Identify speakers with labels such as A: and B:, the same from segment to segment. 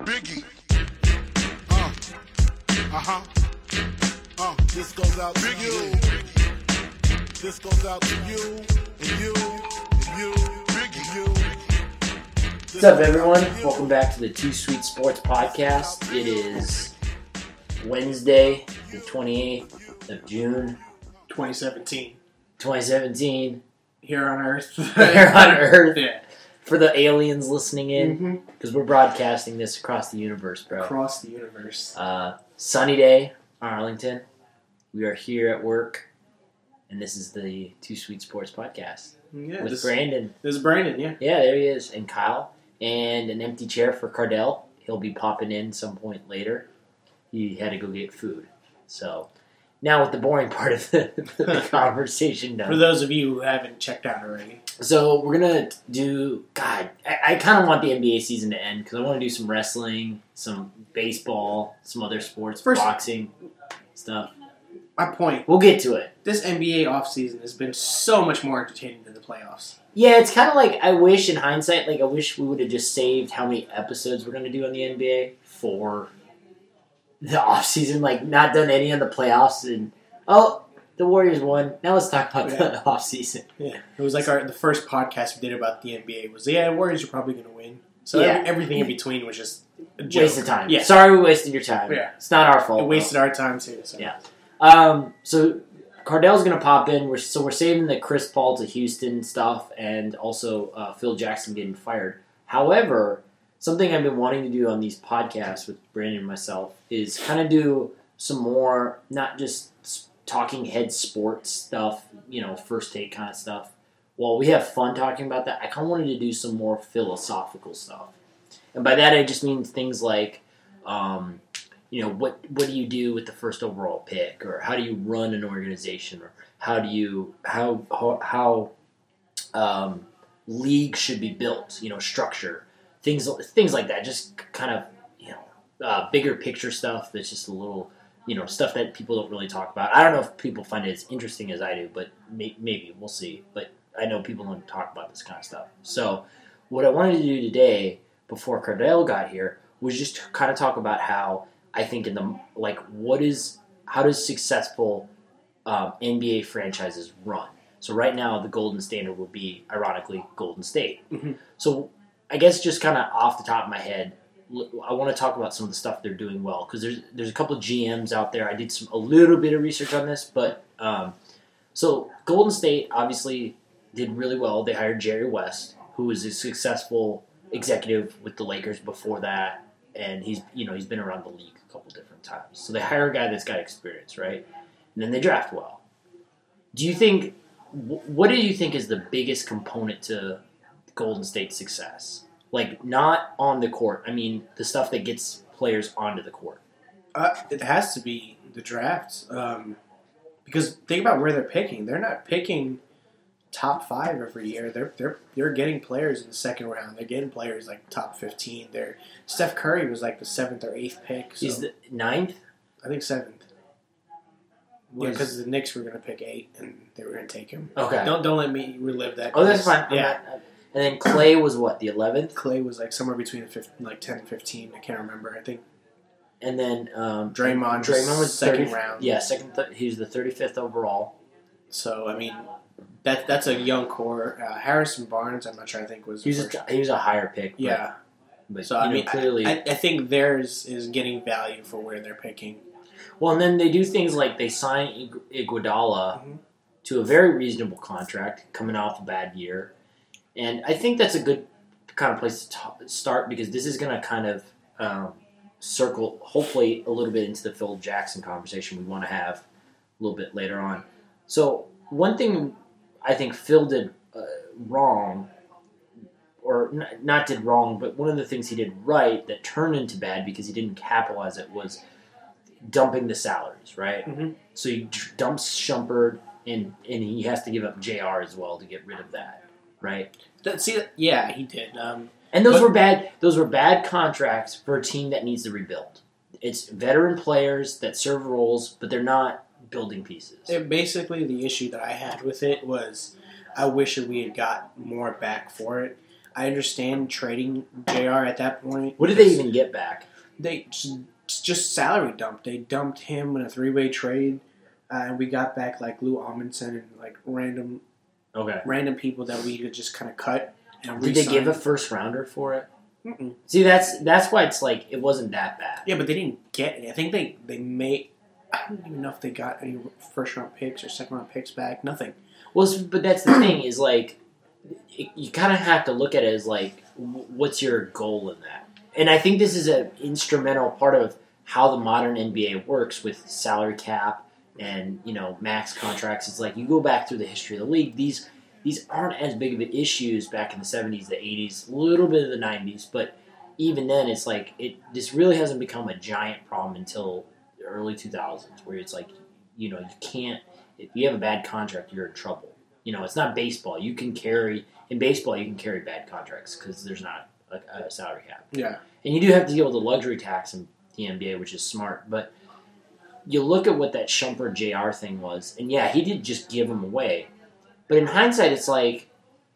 A: Biggie. Uh, uh-huh. Uh,
B: This goes out to
A: Biggie.
B: you. This goes out to you and you and you and you.
C: What's up, everyone? Welcome back to the Two Sweet Sports Podcast. It is Wednesday, the 28th of June,
D: 2017
C: 2017.
D: here on Earth.
C: Here on Earth.
D: yeah.
C: For the aliens listening in,
D: Mm-hmm.
C: because we're broadcasting this across the universe, bro.
D: Across the universe.
C: Uh, sunny day, Arlington. We are here at work, and this is the Two Sweet Sports Podcast
D: Yeah,
C: with
D: this,
C: Brandon.
D: this is Brandon, yeah.
C: Yeah, there he is, and Kyle, and an empty chair for Cardell. He'll be popping in some point later. He had to go get food, so now with the boring part of the, the conversation
D: For
C: done.
D: those of you who haven't checked out already,
C: So we're gonna do. God, I, I kind of want the NBA season to end because I want to do some wrestling, some baseball, some other sports,
D: First-
C: boxing stuff.
D: my point
C: We'll get to it.
D: this NBA offseason has been so much more entertaining than the playoffs.
C: Yeah, it's kind of like I wish in hindsight, like I wish we would have just saved how many episodes we're gonna do on the NBA for the off season, like not done any of the playoffs, and oh, the Warriors won. Now let's talk about the off season.
D: Yeah. It was like our the first podcast we did about the NBA was, yeah, Warriors are probably going to win. So
C: Yeah.
D: every- everything in between was just a joke.
C: Waste of time.
D: Yeah.
C: sorry we wasted your time.
D: Yeah.
C: it's not our fault.
D: It wasted our time, too. So.
C: Yeah. Um, so Cardell's gonna pop in. We're so we're saving the Chris Paul to Houston stuff, and also uh, Phil Jackson getting fired. However, something I've been wanting to do on these podcasts with Brandon and myself is kind of do some more, not just s- talking head sports stuff, you know, first take kind of stuff. While we have fun talking about that, I kind of wanted to do some more philosophical stuff, and by that I just mean things like. Um, you know what what do you do with the first overall pick or how do you run an organization or how do you how how, how um, league should be built you know structure things things like that just kind of you know uh, bigger picture stuff that's just a little you know stuff that people don't really talk about i don't know if people find it as interesting as i do but may, maybe we'll see but i know people don't talk about this kind of stuff so what i wanted to do today before cardell got here was just kind of talk about how I think in the like what is how does successful um, NBA franchises run? So right now the golden standard would be ironically Golden State.
D: Mhm.
C: So I guess just kind of off the top of my head, l- I want to talk about some of the stuff they're doing well because there's there's a couple of GMs out there. I did some a little bit of research on this, but um, so Golden State obviously did really well. They hired Jerry West, who was a successful executive with the Lakers before that, and he's you know he's been around the league a couple different times. So they hire a guy that's got experience, right? And then they draft well. Do you think? wh- What do you think is the biggest component to Golden State's success? Like not on the court. I mean the stuff that gets players onto the court.
D: Uh, it has to be the draft. Um, because think about where they're picking. They're not picking top five every year. They're they're they're getting players in the second round. They're getting players like top fifteen. They're Steph Curry was like the seventh or eighth pick. So
C: He's the ninth.
D: I think seventh. Yeah,
C: Was-
D: because the Knicks were going to pick eight and they were going to take him.
C: Okay.
D: Don't don't let me relive that.
C: oh, that's
D: 'cause,
C: fine. I'm
D: Yeah,
C: not- and then Clay was what the eleventh,
D: Clay was like somewhere between the fif- like ten and fifteen. I can't remember. I think
C: and then um,
D: Draymond. was
C: Draymond was
D: second
C: 30
D: round.
C: Yeah, second. Th- he was the thirty fifth overall.
D: So I mean, that that's a young core. Uh, Harrison Barnes, I'm not sure. I think was
C: He was
D: first-
C: a, he was a higher pick. but-
D: yeah.
C: but
D: So
C: you
D: I
C: know,
D: mean, I-
C: clearly.
D: I, I think theirs is getting value for where they're picking.
C: well, and then they do things like they sign Ig- Iguodala
D: Mhm.
C: to a very reasonable contract, coming off a bad year, and I think that's a good kind of place to ta- start because this is going to kind of um, circle, hopefully, a little bit into the Phil Jackson conversation we want to have a little bit later on. So one thing I think Phil did uh, wrong, or n- not did wrong, but one of the things he did right that turned into bad because he didn't capitalize it was dumping the salaries, right?
D: Mhm.
C: So he tr- dumps Shumpert, and and he has to give up Jr. as well to get rid of that, right?
D: That, see, yeah, he did. Um,
C: And those
D: But-
C: were bad. Those were bad contracts for a team that needs to rebuild. It's veteran players that serve roles, but they're not building pieces.
D: it, basically, the issue that I had with it was, I wish that we had got more back for it. I understand trading Jr. at that point.
C: What did they even get back?
D: They just, just salary dumped. They dumped him in a three way trade, uh, and we got back like Lou Amundsen and like random
C: Okay.
D: random people that we could just kind of cut. And
C: Did they
D: re-sign.
C: give a first rounder for it?
D: Mm-mm.
C: See, that's that's why it's like it wasn't that bad.
D: Yeah, but they didn't get any. I think they they made. I don't even know if they got any first round picks or second round picks back. Nothing.
C: Well, it's- but that's the thing is like it, you kind of have to look at it as like w- what's your goal in that? And I think this is an instrumental part of how the modern NBA works with salary cap and you know max contracts. It's like you go back through the history of the league; these these aren't as big of an issues back in the '70s, the '80s, a little bit of the '90s, but even then, it's like it. This really hasn't become a giant problem until the early 2000s, where it's like you know you can't if you have a bad contract, you're in trouble. You know, it's not baseball. You can carry in baseball, you can carry bad contracts because there's not a, a salary cap,
D: Yeah.
C: and you do have to deal with the luxury tax in the NBA, which is smart. But you look at what that Shumpert Jr. thing was, and yeah, he did just give him away. But in hindsight, it's like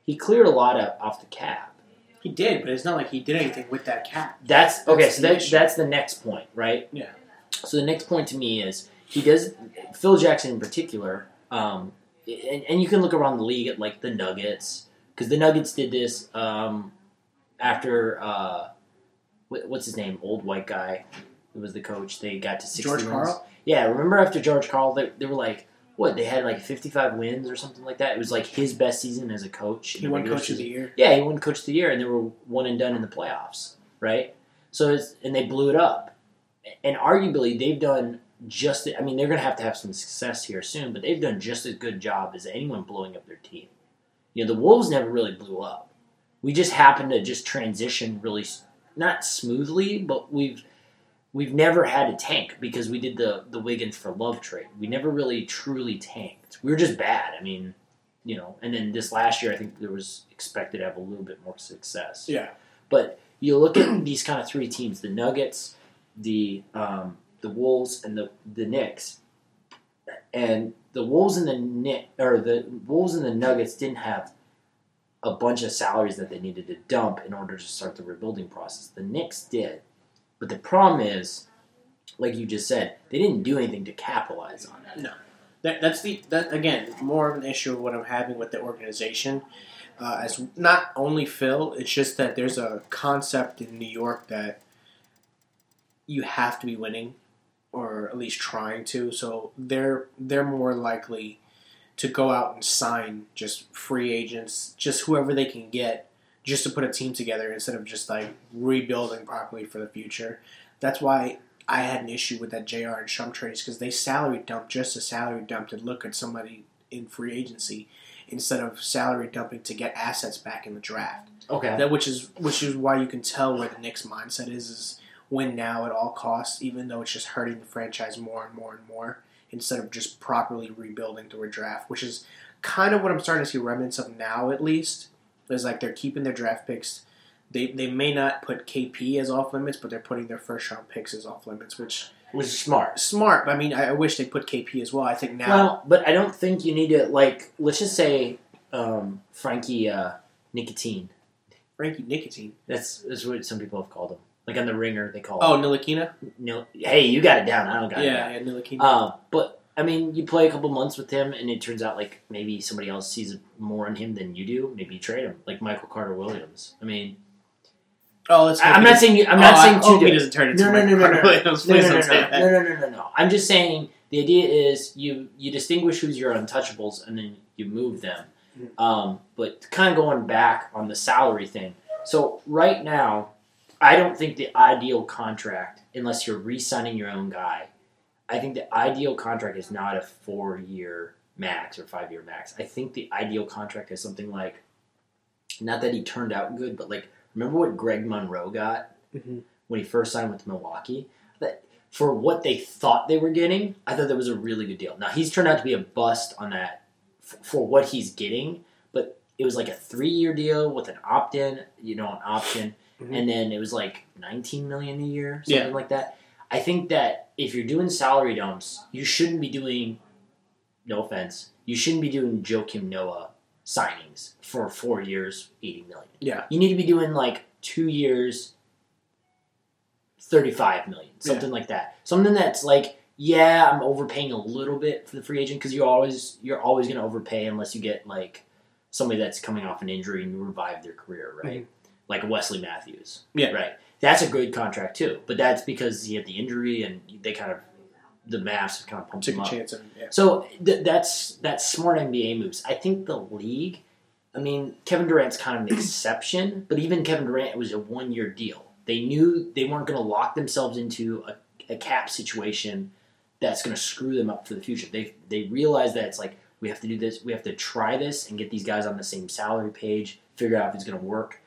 C: he cleared a lot of, off the cap.
D: He did, but it's not like he did anything with that cap.
C: That's okay.
D: That's
C: so
D: the
C: that,
D: issue.
C: that's the next point, right?
D: Yeah.
C: So the next point to me is he does Phil Jackson in particular, um, and, and you can look around the league at like the Nuggets because the Nuggets did this um, after uh, what, what's his name, old white guy, who was the coach. They got to sixty
D: George
C: wins.
D: Karl?
C: Yeah, remember after George Carl, they, they were like. What they had like fifty-five wins or something like that. It was like his best season as a coach. in
D: He
C: the
D: won
C: regular
D: coach of
C: season.
D: the year.
C: Yeah, he won Coach of the Year, and they were one and done in the playoffs, right? So it's and they blew it up, and arguably they've done just. I mean, they're going to have to have some success here soon, but they've done just as good job as anyone blowing up their team. You know, the Wolves never really blew up. We just happened to just transition really s- not smoothly, but we've we've never had a tank because we did the the Wiggins for Love trade. We never really truly tanked. We were just bad. I mean you know, and then this last year, I think there was expected to have a little bit more success.
D: Yeah.
C: But you look at these kind of three teams: the Nuggets, the um, the Wolves, and the the Knicks. And the Wolves and the Knick, or the Wolves and the Nuggets didn't have a bunch of salaries that they needed to dump in order to start the rebuilding process. The Knicks did, but the problem is, like you just said, they didn't do anything to capitalize on it.
D: That, that's the that again more of an issue of what I'm having with the organization. Uh, as not only Phil, it's just that there's a concept in New York that you have to be winning, or at least trying to. So they're they're more likely to go out and sign just free agents, just whoever they can get, just to put a team together instead of just like rebuilding properly for the future. That's why I had an issue with that JR and Shum trades because they salary dumped just a salary dump to look at somebody in free agency instead of salary dumping to get assets back in the draft.
C: Okay.
D: That which is which is why you can tell where the Knicks mindset is is win now at all costs, even though it's just hurting the franchise more and more and more, instead of just properly rebuilding through a draft, which is kind of what I'm starting to see remnants of now at least. Is like they're keeping their draft picks. They, they may not put KP as off limits, but they're putting their first round picks as off limits, which
C: Which is smart.
D: smart. But I mean, I, I wish they put KP as well. I think now
C: Well, but I don't think you need to like. Let's just say um, Frankie uh, Nicotine.
D: Frankie Nicotine.
C: That's that's what some people have called him. Like on the Ringer, they call
D: Oh,
C: him.
D: Nilakina.
C: No, hey, you got it down. I don't got it.
D: Yeah,
C: Down.
D: yeah, Nilakina.
C: Uh, but I mean, you play a couple months with him, and it turns out like maybe somebody else sees more in him than you do. Maybe you trade him, like Michael Carter Williams. I mean,
D: oh, let's.
C: I, am not saying you, I'm not
D: Oh,
C: saying
D: I
C: two
D: hope he
C: do-
D: doesn't turn into
C: No, no,
D: Michael
C: no, no, no.
D: Carter Williams.
C: No,
D: Please
C: no, no,
D: don't say
C: no,
D: that.
C: no, no, no, no, no. I'm just saying the idea is you you distinguish who's your untouchables and then you move them. Um, but kind of going back on the salary thing. So right now, I don't think the ideal contract, unless you're re-signing your own guy, I think the ideal contract is not a four-year max or five-year max. I think the ideal contract is something like, not that he turned out good, but like remember what Greg Monroe got
D: Mhm.
C: when he first signed with Milwaukee. That for what they thought they were getting, I thought that was a really good deal. Now he's turned out to be a bust on that f- for what he's getting, but it was like a three-year deal with an opt-in, you know, an option,
D: Mhm.
C: and then it was like 19 million a year,
D: Yeah.
C: something like that. I think that if you're doing salary dumps, you shouldn't be doing. No offense, you shouldn't be doing Joakim Noah signings for four years, eighty million.
D: Yeah.
C: You need to be doing like two years, thirty-five million, something like that. Something that's like, yeah, I'm overpaying a little bit for the free agent because you always you're always going to overpay unless you get like somebody that's coming off an injury and you revive their career, right? Like Wesley Matthews,
D: Mm-hmm. Yeah.
C: right. That's a good contract too, but that's because he had the injury and they kind of the Mavs have kind of pumped
D: Took
C: him
D: a
C: up.
D: chance on him. Yeah.
C: So th- that's that's smart NBA moves. I think the league. I mean, Kevin Durant's kind of an exception, but even Kevin Durant it was a one-year deal. They knew they weren't going to lock themselves into a, a cap situation that's going to screw them up for the future. They they realize that it's like we have to do this, we have to try this, and get these guys on the same salary page, figure out if it's going to work.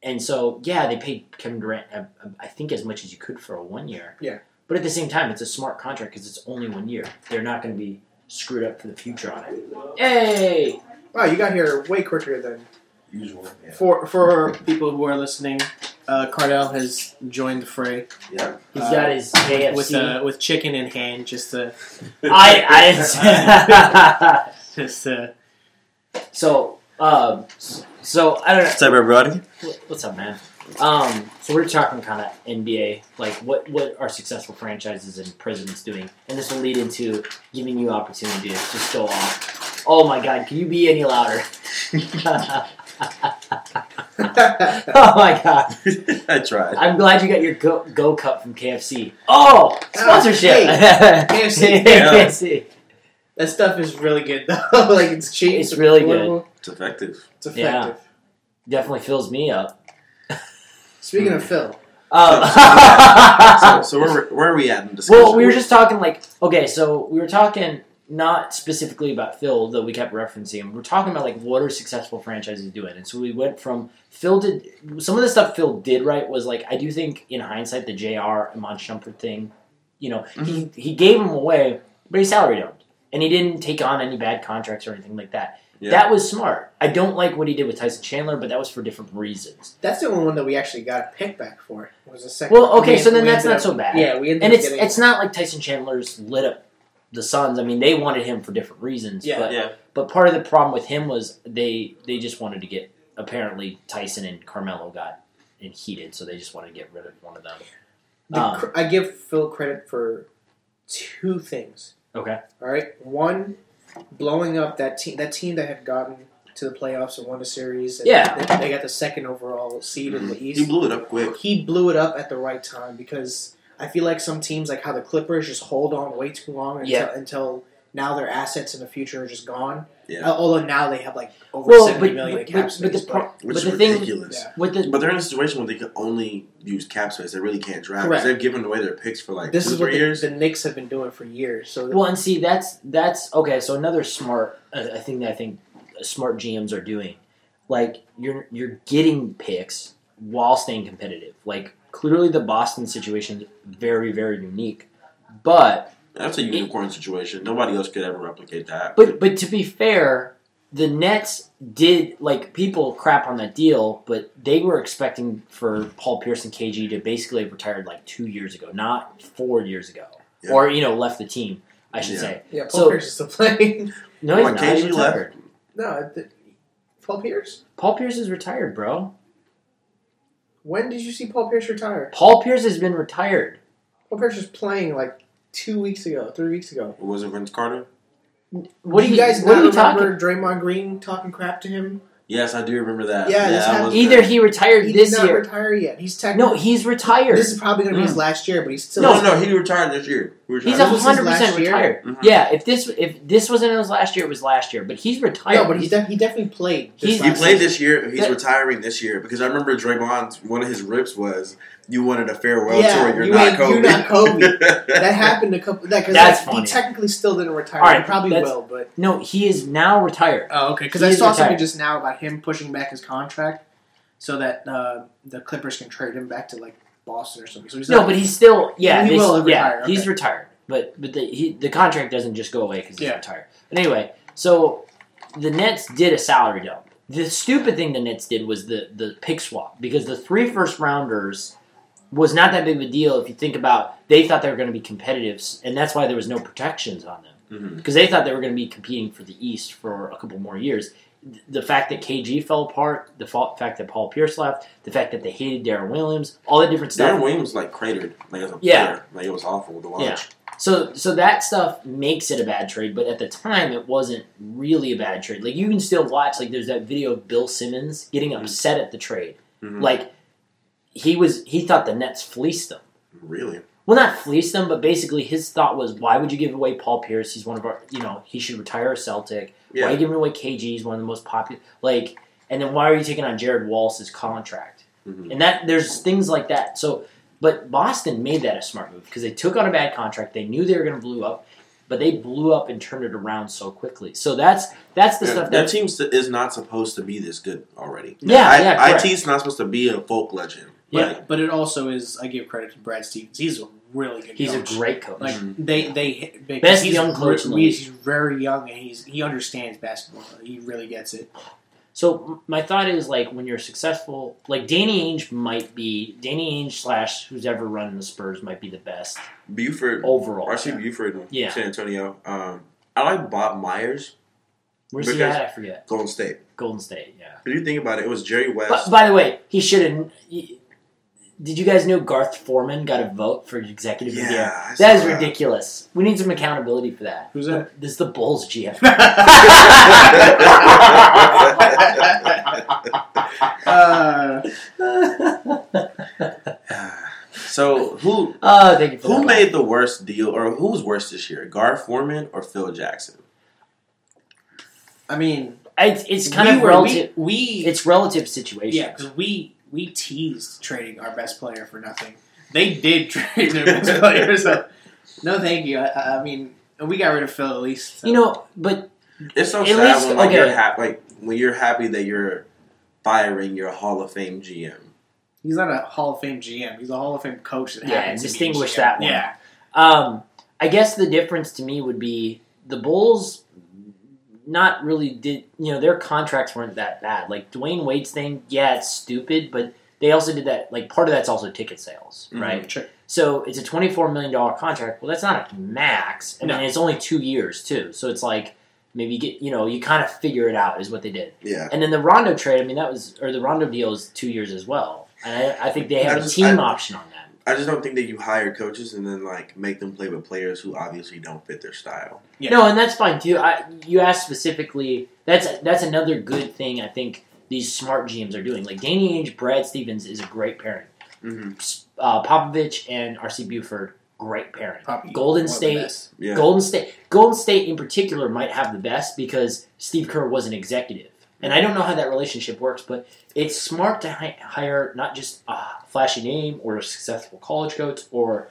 C: And so, yeah, they paid Kevin Durant, uh, uh, I think, as much as you could for a one year.
D: Yeah.
C: But at the same time, it's a smart contract because it's only one year. They're not going to be screwed up for the future on it. Hey,
D: Wow, you got here way quicker than
E: Usual. Yeah.
D: for for people who are listening. Uh, Cardell has joined the fray
E: yeah.
C: he's
D: Uh,
C: got his AFC.
D: with uh, with chicken in hand, just to
C: I,
D: just to
C: I so um so I don't know.
E: What's up, everybody?
C: What- What's up, man? Um, so we're talking kind of NBA, like what what are successful franchises and presidents doing, and this will lead into giving you opportunity to just go off. Oh my God, can you be any louder? oh my God,
E: I tried.
C: I'm glad you got your go, go cup from KFC. Oh, sponsorship.
D: KFC.
C: KFC.
D: that stuff is really good though. like it's cheap,
C: It's really good.
D: affordable,
E: It's effective.
D: it's effective.
C: Definitely fills me up.
D: Speaking of
C: Mm.
E: Hmm.
D: Phil,
E: So,
C: Um,
E: so where, where are we at in discussion?
C: well, we were just talking like okay, so we were talking not specifically about Phil, though we kept referencing him. We're talking about like what are successful franchises doing, and so we went from Phil did some of the stuff Phil did right was like I do think in hindsight the Jr. and Shumpert thing, you know, he he gave him away, but he salary dumped, and he didn't take on any bad contracts or anything like that.
E: Yeah.
C: That was smart. I don't like what he did with Tyson Chandler, but that was for different reasons.
D: that's the only one that we actually got a pickback for. Was the second.
C: Well, okay,
D: we-
C: so then
D: we
C: that's
D: ended
C: not
D: up-
C: so bad.
D: Yeah, we ended
C: and
D: up
C: it's
D: getting
C: it's not like Tyson Chandler's lit up the Suns. I mean, they wanted him for different reasons.
D: Yeah.
C: but,
E: Yeah.
C: but part of the problem with him was they they just wanted to get apparently Tyson and Carmelo got and heated, so they just wanted to get rid of one of them.
D: The
C: Um,
D: cr- I give Phil credit for two things.
C: Okay.
D: All right. One, blowing up that team. That team that had gotten to the playoffs and won the series. And
C: Yeah.
D: They, they got the second overall seed in the
E: Mm-hmm. he
D: East.
E: blew it up quick.
D: He blew it up at the right time because I feel like some teams, like how the Clippers, just hold on way too long until,
C: Yeah.
D: until now their assets in the future are just gone.
E: Yeah.
D: Uh, Although now they have like over
C: Well,
D: seventy
C: but,
D: million
C: but,
D: in cap
C: but, but the
D: space.
C: pro-
E: Which
C: but
E: is
C: the thing
E: ridiculous.
D: Yeah.
C: with the
E: But they're in a situation where they can only use cap space. They really can't draft.
D: Correct.
E: They've given away their picks for like
D: but this
E: two,
D: is what
E: three
D: the,
E: years.
D: the Knicks have been doing for years. So
C: Well, and see, that's that's okay. So another smart, uh, I think that I think smart GMs are doing, like you're you're getting picks while staying competitive. Like clearly, the Boston situation is very very unique, but
E: That's a unicorn situation. Nobody else could ever replicate that.
C: but but to be fair, the Nets did like people crap on that deal, but they were expecting for Paul Pierce and KG to basically have retired like two years ago, not four years ago,
E: Yeah.
C: or you know left the team. I should
E: Yeah.
C: say
D: yeah, Paul
C: so-
D: Pierce is still playing.
C: no,
E: Come
C: he's
E: on,
C: not.
E: KG
C: He's
E: left.
C: retired.
D: no, the, Paul Pierce.
C: Paul Pierce is retired, bro.
D: When did you see Paul Pierce retire?
C: Paul Pierce has been retired.
D: Paul Pierce was playing like two weeks ago, three weeks ago.
E: it wasn't Vince Carter.
C: What
D: do
C: are
D: you guys
C: What
D: not
C: are you talking?
D: remember Draymond Green talking crap to him?
E: Yes, I do remember that.
D: Yeah, this
E: I
D: happened.
E: was
C: Either
E: there.
C: he retired
D: He did
C: this
D: not
C: year.
D: retire yet. He's
C: no,
D: technically
C: he's retired.
D: this is probably going to be his
C: Mm.
D: last year, but he's still
E: no, no, no, he retired this year. We were
C: he's
E: trying
D: This
E: to-
D: was his
C: hundred percent
D: last year?
C: retired.
E: Mhm.
C: Yeah, if this if this wasn't his last year, it was last year. But he's retired.
D: No, but he's def- he definitely played. This
C: He's-
E: He
D: last
E: played
D: season.
E: this year. He's
C: That-
E: retiring this year because I remember Draymond. One of his rips was, "You wanted a farewell
D: Yeah,
E: tour. You're,
D: you
E: not
D: ain't- you're
E: Kobe.
D: not Kobe. That happened a couple. That because
C: That's
D: he
C: funny.
D: technically still didn't retire.
C: All right,
D: he probably
C: that's-
D: will, but
C: no, he is now retired.
D: oh, okay. Because
C: He
D: I
C: is
D: saw something
C: retired.
D: just now about him pushing back his contract so that uh, the Clippers can trade him back to like Boston or something. So he's
C: No,
D: not-
C: but he's still yeah.
D: He
C: this-
D: will have
C: yeah,
D: retired, okay.
C: he's retired. But but the he, the contract doesn't just go away because he's
D: Yeah.
C: retired. But anyway, so the Nets did a salary dump. The stupid thing the Nets did was the the pick swap because the three first rounders was not that big of a deal if you think about they thought they were going to be competitive and that's why there was no protections on them
E: Mhm.
C: because they thought they were going to be competing for the East for a couple more years. the fact that KG fell apart, the fa- fact that Paul Pierce left, the fact that they hated Darren Williams, all the different stuff.
E: Darren Williams like cratered, like as a
C: Yeah.
E: player, like it was awful to watch.
C: Yeah. So so that stuff makes it a bad trade, but at the time it wasn't really a bad trade. Like you can still watch like there's that video of Bill Simmons getting upset at the trade.
E: Mhm.
C: Like he was he thought the Nets fleeced them.
E: Really,
C: Well, not fleeced them, but basically his thought was, why would you give away Paul Pierce? He's one of our, you know, he should retire a Celtic. Why are
E: yeah.
C: you giving away KG? He's one of the most popular. Like, and then why are you taking on Jared Wallace's contract?
E: Mhm.
C: Mm. And that there's things like that. So, but Boston made that a smart move because they took on a bad contract. They knew they were going to blow up, but they blew up and turned it around so quickly. So that's that's the
E: Yeah,
C: stuff
E: that
C: that.
E: team s- is not supposed to be this good already.
C: Yeah,
E: I,
C: yeah, correct.
E: IT's not supposed to be a folk legend.
C: Yeah.
E: Like,
D: But it also is. I give credit to Brad Stevens. He's a really good.
C: He's a
D: coach.
C: great coach.
D: Like
E: Mhm.
D: they they hit- because
C: Best
D: he's
C: young coach in the
D: Re-
C: league.
D: he's very young and he's he understands basketball. He really gets it.
C: So m- my thought is like when you're successful, like Danny Ainge might be Danny Ainge slash who's ever running the Spurs might be the best
E: Buford,
C: overall.
E: Archie Buford, in
C: Yeah.
E: San Antonio. Um, I like Bob Myers,
C: Where's he
E: because-
C: at? I forget.
E: Golden State.
C: Golden State. Yeah.
E: If you think about it, it was Jerry West.
C: But, by the way, he should have. Did you guys know Garth Foreman got a vote for executive of the year?
E: yeah, I
C: That is
E: saw
C: ridiculous. We need some accountability for that.
D: Who's that?
C: This is the Bulls GM.
D: Uh,
E: so who
C: Oh, thank you for
E: who
C: that.
E: made the worst deal, or who was worse this year, Gar Foreman or Phil Jackson?
D: I mean,
C: It's, it's kind
D: we
C: of
D: were-
C: relative.
D: We, we
C: It's relative situation.
D: yeah, because we we teased trading our best player for nothing. They did trade their best player, so no, thank you. I- I, I mean, we got rid of Phil at least. so-
C: You know, but
E: It's so
C: At
E: sad
C: least-
E: when like
C: okay.
E: you're ha- like when you're happy that you're firing your Hall of Fame GM.
D: he's not a Hall of Fame GM. He's a Hall of Fame coach. That
C: Yeah,
D: happens to be
C: distinguish
D: GM.
C: that one.
D: Yeah,
C: um, I guess the difference to me would be the Bulls. Not really did you know their contracts weren't that bad. Like Dwayne Wade's thing, yeah, it's stupid, but they also did that. Like part of that's also ticket sales,
E: Mhm.
C: right?
D: sure.
C: So it's a twenty-four million dollar contract. Well, that's not a max, and
D: No.
C: then it's only two years too. So it's like maybe you get you know you kind of figure it out is what they did.
E: Yeah,
C: And then the Rondo trade, I mean, that was or the Rondo deal is two years as well, and I, I think they have
E: I just-
C: a team
E: I-
C: option on that.
E: I just don't think that you hire coaches and then like make them play with players who obviously don't fit their style.
D: Yeah.
C: No, and that's fine too. I, you asked specifically. That's that's another good thing I think these smart GMs are doing. Like Danny Ainge, Brad Stevens is a great pairing.
E: Mm-hmm.
C: Uh, Popovich and RC Buford, great pairing.
D: Probably
C: Golden
D: one of the
C: State.
D: best.
E: Yeah,
C: Golden State, Golden State in particular might have the best because Steve Kerr was an executive, and I don't know how that relationship works, but it's smart to hi- hire not just a flashy name or a successful college coach or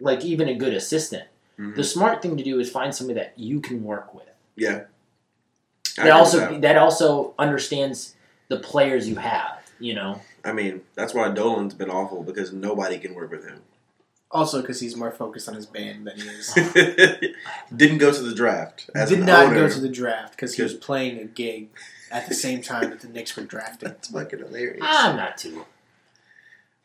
C: like even a good assistant.
E: Mhm.
C: The smart thing to do is find somebody that you can work with. that
E: I agree
C: also
E: with that.
C: that. also understands the players you have. You know,
E: I mean, that's why Dolan's been awful because nobody can work with him.
D: Also, because he's more focused on his band than he is.
E: Didn't go to the draft. As
D: Did
E: an
D: not
E: owner.
D: go to the draft because he was playing a gig at the same time that the Knicks were drafting.
E: That's fucking hilarious.
C: I'm not too.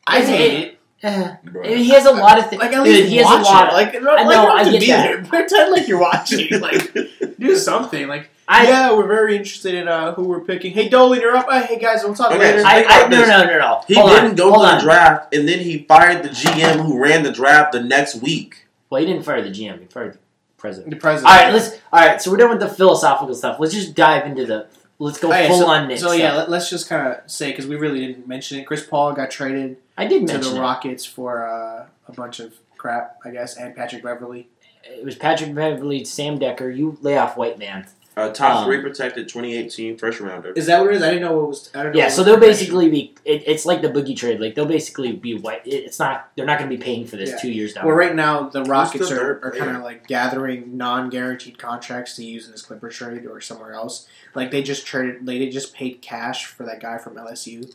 D: I
C: It's-
D: hate it.
C: Eh.
E: Bro.
C: He has a lot of things.
D: Like at least
C: he has
D: watch
C: a lot.
D: it.
C: of-
D: Like I don't,
C: I
D: like,
C: know,
D: you don't
C: I
D: have to
C: get
D: be
C: that.
D: there. Pretend like you're watching. Like do something. Like
C: I,
D: yeah, we're very interested in uh, who we're picking. Hey Dolan, you're up. Uh, hey guys, we'll talk
E: Okay,
D: later.
E: so-
C: I,
E: Think about
C: I no,
E: this.
C: no, no, no.
E: He
C: Hold
E: didn't
C: on,
E: go
C: hold
E: to the
C: on.
E: draft, and then he fired the GM who ran the draft the next week.
C: Well, he didn't fire the GM. He fired the president.
D: the president.
C: All right, let's. All right, so we're done with the philosophical stuff. Let's just dive into the. Let's go
D: Okay,
C: full
D: so,
C: on Knicks.
D: So yeah,
C: stuff.
D: let, us just kind of say because we really didn't mention it. Chris Paul got traded
C: I did
D: to
C: mention
D: the
C: it.
D: Rockets for uh, a bunch of crap, I guess, and Patrick Beverly.
C: it was Patrick Beverly, Sam Decker. You lay off white man.
E: Uh, top
C: Um,
E: three protected 2018 first rounder.
D: Is that what it is? I didn't know what was. I don't know.
C: Yeah,
D: what
C: so
D: was
C: they'll
D: the connection.
C: basically be. It, it's like the boogie trade. Like they'll basically be white. It, it's not. They're not going to be paying for this
D: Yeah.
C: two years down.
D: Well,
C: the
D: right
C: road.
D: now the Rockets
E: the
D: are,
E: third
D: are
E: player?
D: kind of like gathering non-guaranteed contracts to use in this Clipper trade or somewhere else. Like they just traded, they did- just paid cash for that guy from LSU.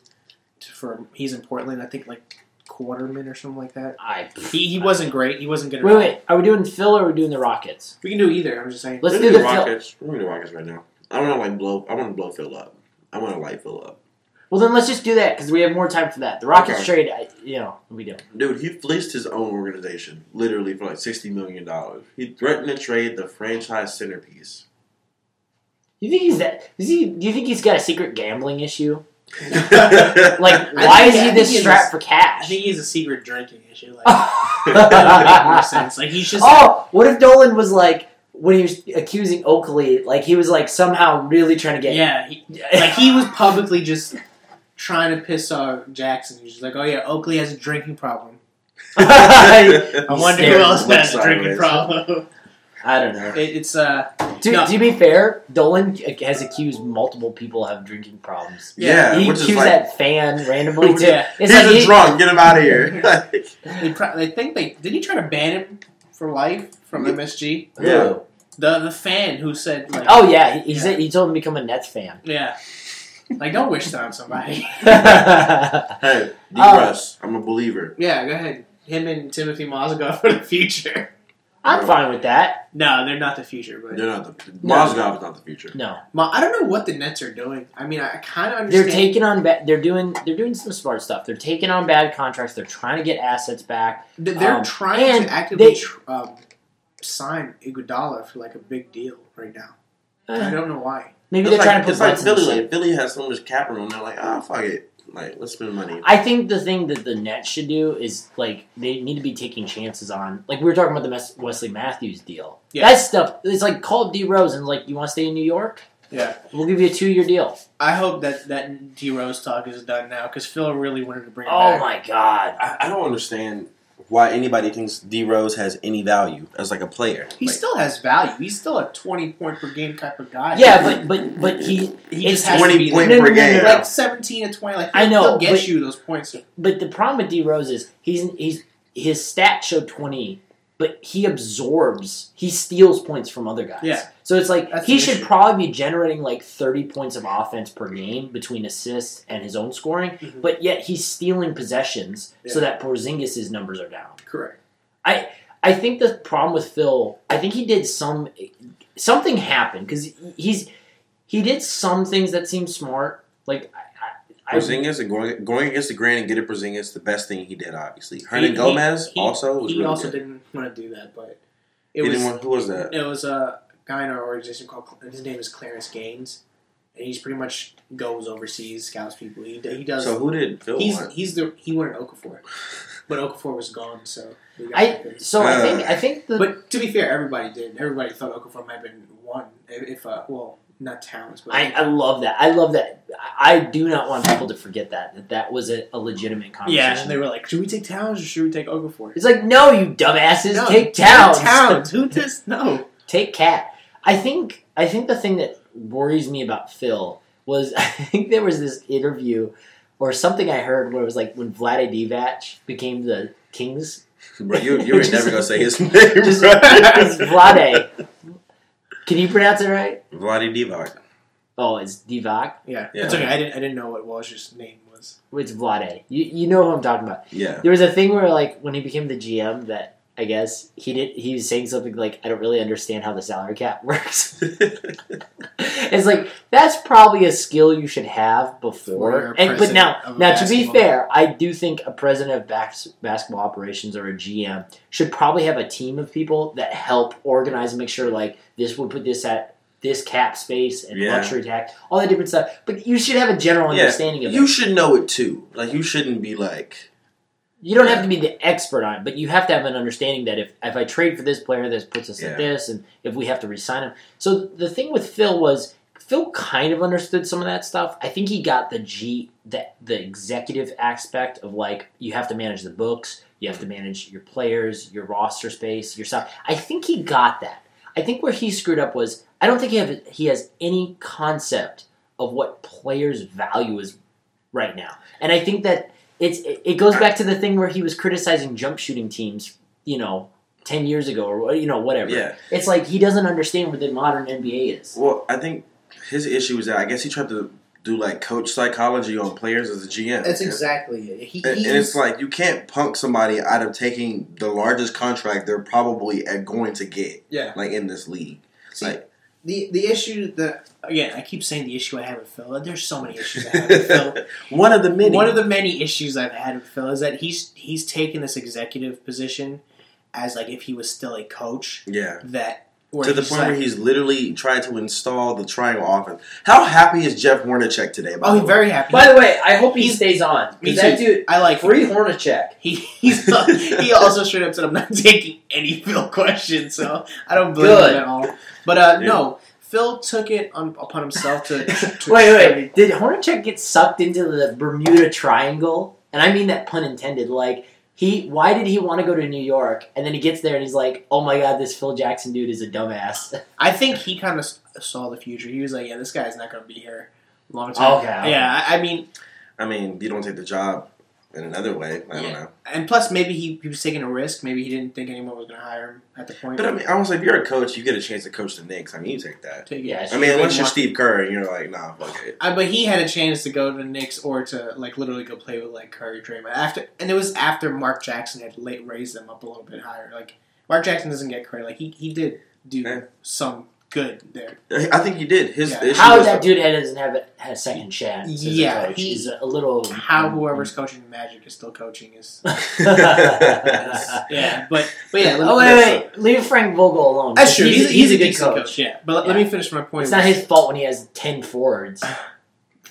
D: To, for he's in Portland, I think like Quarterman or something like that.
C: I.
D: He he wasn't great. He wasn't good. at
C: Wait,
D: all.
C: wait. Are we doing Phil or are we doing the Rockets?
D: We can do either. I'm just saying.
C: Let's
E: We're
C: do the Phil.
E: Rockets. We're gonna do Rockets right now. I want to like blow. I want to blow Phil up. I want to light Phil up.
C: Well, then let's just do that because we have more time for that. The Rockets
E: Okay.
C: trade. I, you know, we do.
E: Dude, he fleeced his own organization literally for like sixty million dollars. He threatened to trade the franchise centerpiece.
C: You think he's that? Is he? Do you think he's got a secret gambling issue?
E: yeah,
C: Like,
D: I
C: why
D: think-
C: is he
D: I think
C: this
D: he is-
C: strapped for
D: I
C: cash?
D: think he has a secret drinking issue. Like, that doesn't make more
C: oh,
D: sense. Like he's just
C: what if Dolan was like when he was accusing Oakley, like he was like somehow really trying to get
D: yeah. He, like he was publicly just trying to piss off Jackson. He's just like, oh yeah, Oakley has a drinking problem. I wonder who
C: staring
D: else
E: left
D: has a drinking
E: sideways.
D: problem.
C: I don't know.
D: it, it's uh,
C: To,
D: No.
C: to be fair, Dolan has accused multiple people of having drinking problems.
D: Yeah,
C: he
E: which
C: accused
E: is like
C: that fan randomly too.
D: yeah.
C: It's
E: he's
C: like
E: a
C: he-
E: drunk. Get him out of here.
D: They, pro- they think they did. He try to ban him for life from MSG.
C: who?
E: Yeah.
D: The the fan who said like,
C: Oh yeah, he, he
D: Yeah.
C: said he told him to become a Nets fan.
D: yeah, like don't wish that on somebody.
E: hey, D.
C: Uh,
E: Russ, I'm a believer.
D: yeah, go ahead. Him and Timothy Moss go for the future.
C: I'm fine with that.
D: No, they're not the future, but
E: They're not the
C: No.
E: Mozgov is not the future.
C: No,
D: Ma, I don't know what the Nets are doing. I mean, I kind of
C: they're
D: understand.
C: taking on bad. They're doing. They're doing some smart stuff. They're taking on bad contracts. They're trying to get assets back.
D: th- they're
C: um,
D: trying
C: and
D: to actively
C: they-
D: tr- um, sign Iguodala for like a big deal right now. I
C: Eh,
D: don't know why.
C: Maybe
E: It's
C: they're trying to put
E: like, it's like
C: butts in the
E: Philly.
C: seat.
E: Like Philly has so much cap room. They're like, ah, fuck it. Like, let's spend money.
C: I think the thing that the Nets should do is like they need to be taking chances on. Like we were talking about the Mes- Wesley Matthews deal.
D: Yeah.
C: That stuff. It's like call D Rose and like you want to stay in New York.
D: Yeah.
C: We'll give you a two year deal.
D: I hope that that D Rose talk is done now because Phil really wanted to bring. Him
C: Oh
D: back.
C: my god.
E: I, I don't understand why anybody thinks D Rose has any value as like a player.
D: He
E: Like,
D: still has value. He's still a twenty point per game type of guy.
C: Yeah, but but but he.
D: he
C: it's
D: just has to
E: 20
D: be
E: point
D: there.
E: per
D: No, no, no, no,
E: game.
D: like seventeen to twenty. Like
C: I know,
D: he'll get
C: but-
D: you those points.
C: But the problem with D Rose is he's he's his stats show twenty, but he absorbs he steals points from other guys.
D: Yeah.
C: So it's like
D: That's
C: he
D: the
C: should
D: issue.
C: probably be generating like thirty points of offense per game between assists and his own scoring,
D: Mhm.
C: but yet he's stealing possessions so
D: Yeah.
C: that Porzingis' numbers are down.
D: Correct.
C: I think the problem with Phil, I think he did some something happened because he's he did some things that seem smart. Like I, I, I
E: Porzingis and going going against the grain and getting Porzingis the best thing he did. Obviously, Hernan
D: he-
E: Gomez
D: he-
E: also was
D: he
E: really
D: also
E: good.
D: didn't want to do that, but
E: He
D: it was
E: didn't want- who was that?
D: it was a guy in our organization called his name is Clarence Gaines, and he's pretty much goes overseas, scouts people. He, he does.
E: So who did Phil
D: he's
E: want?
D: he's the he wanted Okafor, but Okafor was gone, so. we got
C: I
D: Pickens.
C: so I think I think the
D: But to be fair, everybody did. Everybody thought Okafor might have been one. If, if uh, well, not Towns, but
C: I, I love that. I love that. I I do not want people to forget that that, that was a, a legitimate
D: yeah,
C: conversation.
D: and they were like, should we take Towns or should we take Okafor?
C: it's like, no, you dumbasses,
D: No,
C: take towns,
D: Towns, who just no?
C: take cat. I think I think the thing that worries me about Phil was I think there was this interview or something I heard where it was like when Vlade Divac became the Kings.
E: Bro, you you were
C: Just-
E: never gonna say his name.
C: Just,
E: bro.
C: it's Vlade. Can you pronounce it right?
E: Vlade Divac.
C: Oh, it's Divac.
D: Yeah,
E: Yeah.
D: it's okay. I didn't I didn't know what Walsh's name was.
C: It's Vlade. You you know who I'm talking about.
E: Yeah,
C: There was a thing where like when he became the GM that I guess he did he was saying something like I don't really understand how the salary cap works. it's like that's probably a skill you should have
D: Or
C: before.
D: a
C: And but now
D: president of a
C: now to be
D: basketball-
C: fair, I do think a president of bas- basketball operations or a GM should probably have a team of people that help organize and make sure like this would put this at this cap space and
E: Yeah.
C: luxury tax, all that different stuff. But you should have a general
E: Yeah.
C: understanding of it.
E: you should know it too. Like you shouldn't be like
C: You don't have to be the expert on it, but you have to have an understanding that if, if I trade for this player, this puts us
E: Yeah.
C: at this, and if we have to resign him. So the thing with Phil was Phil kind of understood some of that stuff. I think he got the G the the executive aspect of like you have to manage the books, you have to manage your players, your roster space, your stuff. I think he got that. I think where he screwed up was I don't think he have, he has any concept of what players' value is right now, and I think that it's it it goes back to the thing where he was criticizing jump shooting teams, you know, ten years ago or you know whatever.
E: yeah.
C: It's like he doesn't understand what the modern NBA is.
E: Well, I think his issue is that I guess he tried to do like coach psychology on players as a GM.
D: That's
E: And-
D: exactly it. He,
E: And,
D: he-
E: and it's like you can't punk somebody out of taking the largest contract they're probably at going to get,
D: yeah.
E: like in this league.
D: See,
E: like-
D: the the issue that again, I keep saying the issue I have with Phil. and There's so many issues I have with Phil.
E: One of the many.
D: One of the many issues I've had with Phil is that he's he's taken this executive position as like if he was still a coach
E: yeah,
D: that Where
E: to the
D: he's
E: point
D: like-
E: where he's literally trying to install the triangle offense. How happy is Jeff Hornacek today? By
D: oh,
E: the
D: he's
E: way?
D: very happy.
F: By the way, I hope he stays on.
D: Me
F: Because that
D: too.
F: dude,
D: I like him.
F: free Hornacek.
D: He he's, he also straight up said, "I'm not taking any Phil questions," so I don't blame
F: Good.
D: him at all. But uh,
E: Yeah.
D: no, Phil took it on, upon himself to, to
C: Wait, wait. Did Hornacek get sucked into the Bermuda Triangle? And I mean that pun intended. Like he, why did he want to go to New York? And then he gets there and he's like, "Oh my god, this Phil Jackson dude is a dumbass."
D: I think he kind of saw the future. He was like, "Yeah, this guy's not going to be here long term." Yeah, I, I mean,
E: I mean, you don't take the job in another way. I don't
D: Yeah.
E: know.
D: and plus maybe he, he was taking a risk. Maybe he didn't think anyone was going to hire him at the point.
E: But I mean, I was like, if you're a coach, you get a chance to coach the Knicks. I mean, you take that.
D: to,
C: Yeah,
E: I mean, unless you're Steve Kerr and you're like, nah, fuck it.
D: I, but he had a chance to go to the Knicks or to like literally go play with like Curry, Draymond. After and it was after Mark Jackson had late raised them up a little bit higher. Like Mark Jackson doesn't get credit. Like he, he did do
E: Yeah.
D: some good there.
E: I think you did. His
D: Yeah.
E: issue
C: How
E: was
C: that dude had, doesn't have a, had a second chance? as a
D: Yeah,
C: coach
D: he-
C: is a little um,
D: How whoever's coaching the Magic is still coaching is yeah. But but yeah.
C: oh wait, wait, leave Frank Vogel alone.
D: That's true.
C: He's,
D: He's,
C: he's a good
D: decent
C: coach.
D: coach. Yeah. But let- let
C: Yeah.
D: me finish my point.
C: It's not his fault when he has ten forwards.
D: The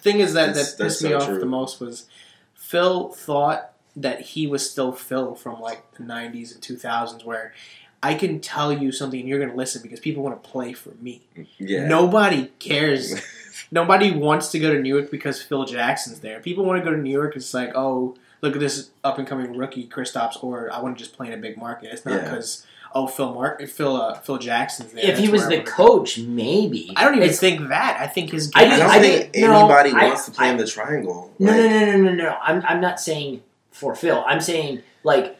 D: thing is that
E: That's-
D: that
E: that's
D: pissed me
E: so
D: off
E: true.
D: the most was Phil thought that he was still Phil from like the '90s and 2000s, where I can tell you something and you're going to listen because people want to play for me.
E: yeah.
D: Nobody cares. Nobody wants to go to New York because Phil Jackson's there. People want to go to New York. It's like, oh, look at this up and coming rookie, Kristaps, or I want to just play in a big market. It's not
E: Yeah.
D: because oh, Phil Mark, Phil, uh, Phil Jackson's there.
C: if he
D: That's
C: was
D: where I
C: the
D: wanna go.
C: coach, maybe.
D: I don't even
C: It's-
D: think that. I think his.
C: I
E: I
D: game-
E: don't
C: I
E: think
C: didn't- no,
E: anybody
C: I-
E: wants to play
C: I-
E: in the triangle.
C: No,
E: Like,
C: no, no, no, no, no. I'm, I'm not saying for Phil. I'm saying like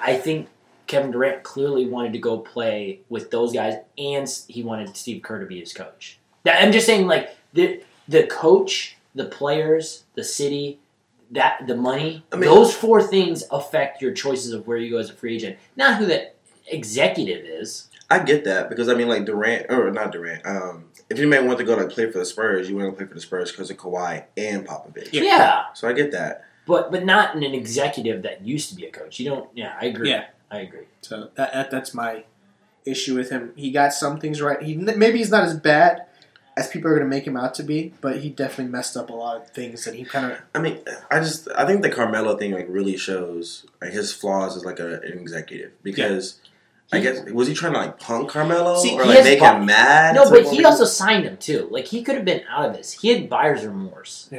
C: I think Kevin Durant clearly wanted to go play with those guys, and he wanted Steve Kerr to be his coach. That, I'm just saying like the the coach, the players, the city, that the money.
E: I mean-
C: those four things affect your choices of where you go as a free agent, not who that executive is.
E: I get that because I mean, like Durant or not Durant. Um, if you may want to go like play for the Spurs, you want to play for the Spurs because of Kawhi and Popovich.
D: Yeah.
C: yeah.
E: So I get that.
C: But but not in an executive that used to be a coach. You don't. Yeah, I agree.
D: Yeah.
C: I agree.
D: So that, that that's my issue with him. He got some things right. He maybe he's not as bad as people are going to make him out to be, but he definitely messed up a lot of things that he kind of
E: I mean, I just I think the Carmelo thing like really shows like his flaws as like a, an executive because I guess was he trying to like punk Carmelo
C: See,
E: or
C: he
E: like
C: has
E: make
C: bu-
E: him mad?
C: No,
E: to
C: but
E: what
C: he
E: we-
C: also signed him too. Like he could have been out of this. He had buyer's remorse.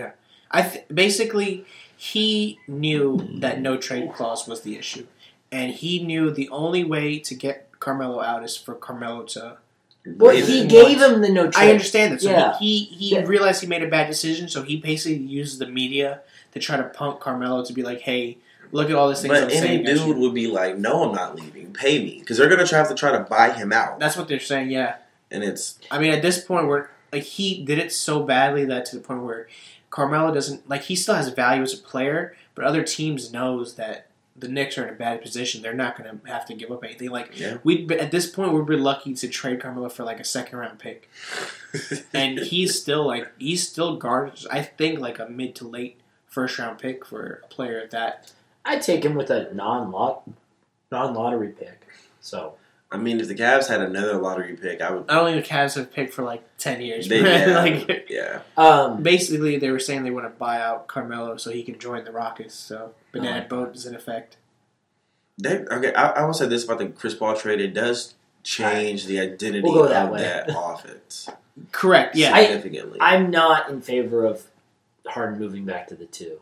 D: I th- basically he knew that no trade clause was the issue, and he knew the only way to get Carmelo out is for Carmelo to.
C: But
E: Leave
C: he
E: it.
C: gave him the no
D: I
C: trade.
D: understand that. So
C: Yeah.
D: he he, he
C: Yeah.
D: realized he made a bad decision, so he basically used the media to try to punk Carmelo to be like, "Hey, look at all these things I'm
E: But
D: saying."
E: any
D: against you."
E: dude would be like, "No, I'm not leaving. Pay me," because they're gonna try to try to buy him out,
D: That's what they're saying. Yeah.
E: and it's
D: I mean, at this point, where like he did it so badly that to the point where Carmelo doesn't like he still has value as a player, but other teams knows that the Knicks are in a bad position. They're not going to have to give up anything. Like
E: Yeah.
D: we at this point, we'd be lucky to trade Carmelo for like a second round pick, and he's still like he's still guarded. I think like a mid to late first round pick for a player of that.
C: I'd take him with a non lot, non lottery pick. So
E: I mean, if the Cavs had another lottery pick, I would.
D: I don't think the Cavs have picked for like ten years.
E: They, yeah,
D: like
E: yeah.
C: um,
D: basically they were saying they want to buy out Carmelo so he can join the Rockets. So banana
C: Oh.
D: boat is in effect.
E: They, okay, I, I will say this about the Chris Paul trade: it does change the identity
C: We'll go that
E: of
C: way.
E: that offense
D: Correct. Yeah.
C: I-
E: significantly.
C: I'm not in favor of Harden moving back to the two.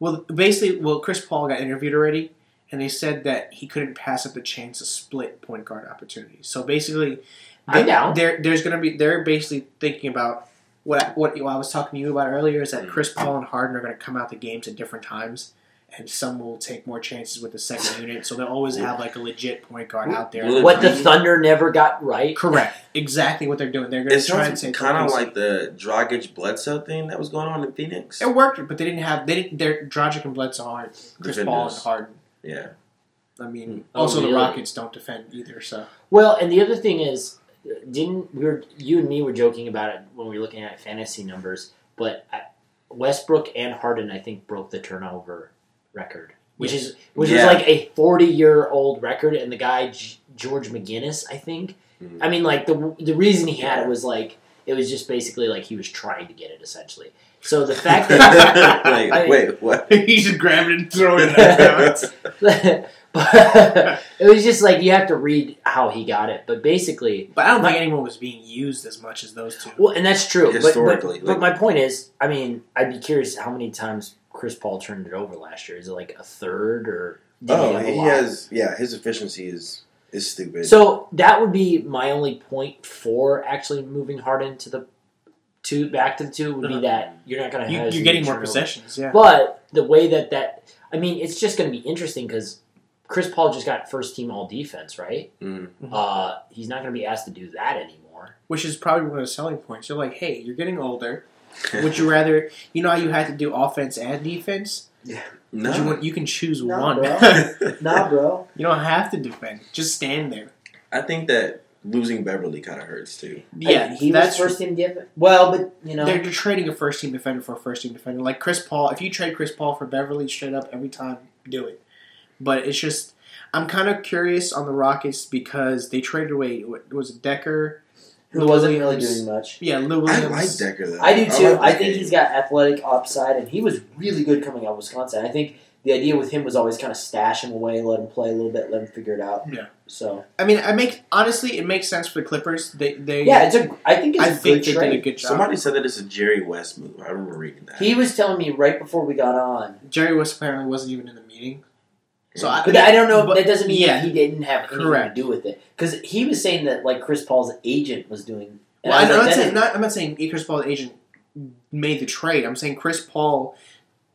D: well, basically, well, Chris Paul got interviewed already, and they said that he couldn't pass up the chance to split point guard opportunities. So basically,
C: I'm
D: they-
C: down.
D: There, there's going to be they're basically thinking about. What, what I was talking to you about earlier is
C: Hmm.
D: that Chris Paul and Harden are going to come out the games at different times, and some will take more chances with the second unit, so they'll always have like a legit point guard out there.
E: Really?
C: What the Thunder never got right.
D: Correct. Exactly what they're doing. They're going
E: it
D: to try and
E: sounds
D: say
E: kind of like the Dragic Bledsoe thing that was going on in Phoenix.
D: it worked, but they didn't have they didn't. They're Dragic and Bledsoe aren't Chris Paul and
E: Defenders. Mm.
D: Harden.
E: Yeah,
D: I mean,
C: Oh,
D: also
C: really?
D: the Rockets don't defend either. So
C: Well, and the other thing is, didn't we were you and me were joking about it when we were looking at fantasy numbers, but I- Westbrook and Harden I think broke the turnover record, which is which is
E: Yeah.
C: like a forty year old record, and the guy G- George McGinnis I think
E: Mhm.
G: I mean, like the the reason he had it was like it was just basically like he was trying to get it essentially. So the fact that
E: Like,
G: I-
E: wait, what?
D: he should grab it and throw it. at him.
G: but it was just like you have to read how he got it. But basically,
D: But I don't think anyone was being used as much as those two.
G: well, and that's true. but- but-
E: Historically,
G: but,
E: like-
G: my point is, I mean, I'd be curious how many times Chris Paul turned it over last year. Is it like a third or? did
E: Oh,
G: have a
E: he
G: lot?
E: has. Yeah, his efficiency is is stupid.
G: So that would be my only point for actually moving Harden to the two back to the two would be
D: Uh-huh.
G: that you're not going to
D: you,
G: have as
D: you're getting
G: many
D: more
G: turnovers.
D: possessions. Yeah.
G: But the way that that I mean, it's just going to be interesting because Chris Paul just got first team all defense, right?
E: Mhm.
G: Uh, he's not going to be asked to do that anymore.
D: which is probably one of the selling points. You're like, hey, you're getting older. Would you rather? You know how you had to do offense and defense.
E: no.
D: You, want- you can choose
C: No,
D: one.
C: bro. Nah, bro.
D: you don't have to defend. Just stand there.
E: I think that losing Beverly kind of hurts too.
D: Yeah,
C: Hey, he
D: that's
C: was first team given. Well, but you know,
D: They're they're trading a first team defender for a first team defender. Like Chris Paul, if you trade Chris Paul for Beverly straight up every time, do it. But it's just I'm kind of curious on the Rockets because they traded away what was it Decker?
C: who wasn't really
D: Williams.
C: doing much.
D: Yeah, Lou
E: I
D: Williams.
E: like Decker though.
C: I do too.
E: like
C: I,
E: that
C: think
E: game.
C: he's got athletic upside, and he was really good coming out of Wisconsin. I think the idea with him was always kind of stash him away, let him play a little bit, let him figure it out.
D: Yeah.
C: So
D: I mean, I make honestly, it makes sense for the Clippers. They, they
C: yeah, it's a. I think it's
D: I
C: a good
D: think they
C: trade.
D: did a good job.
E: Somebody said that it's a Jerry West move. I remember reading that.
C: He was telling me right before we got on,
D: Jerry West apparently wasn't even in the meeting. So I,
C: but I don't know.
D: Uh, But-
C: that doesn't mean
D: yeah.
C: that he didn't have anything
D: Correct.
C: to do with it because he was saying that like Chris Paul's agent was doing. and
D: Well,
C: I
D: I'm
C: was like,
D: not
C: that
D: saying
C: is-
D: not, I'm not saying Chris Paul's agent made the trade. I'm saying Chris Paul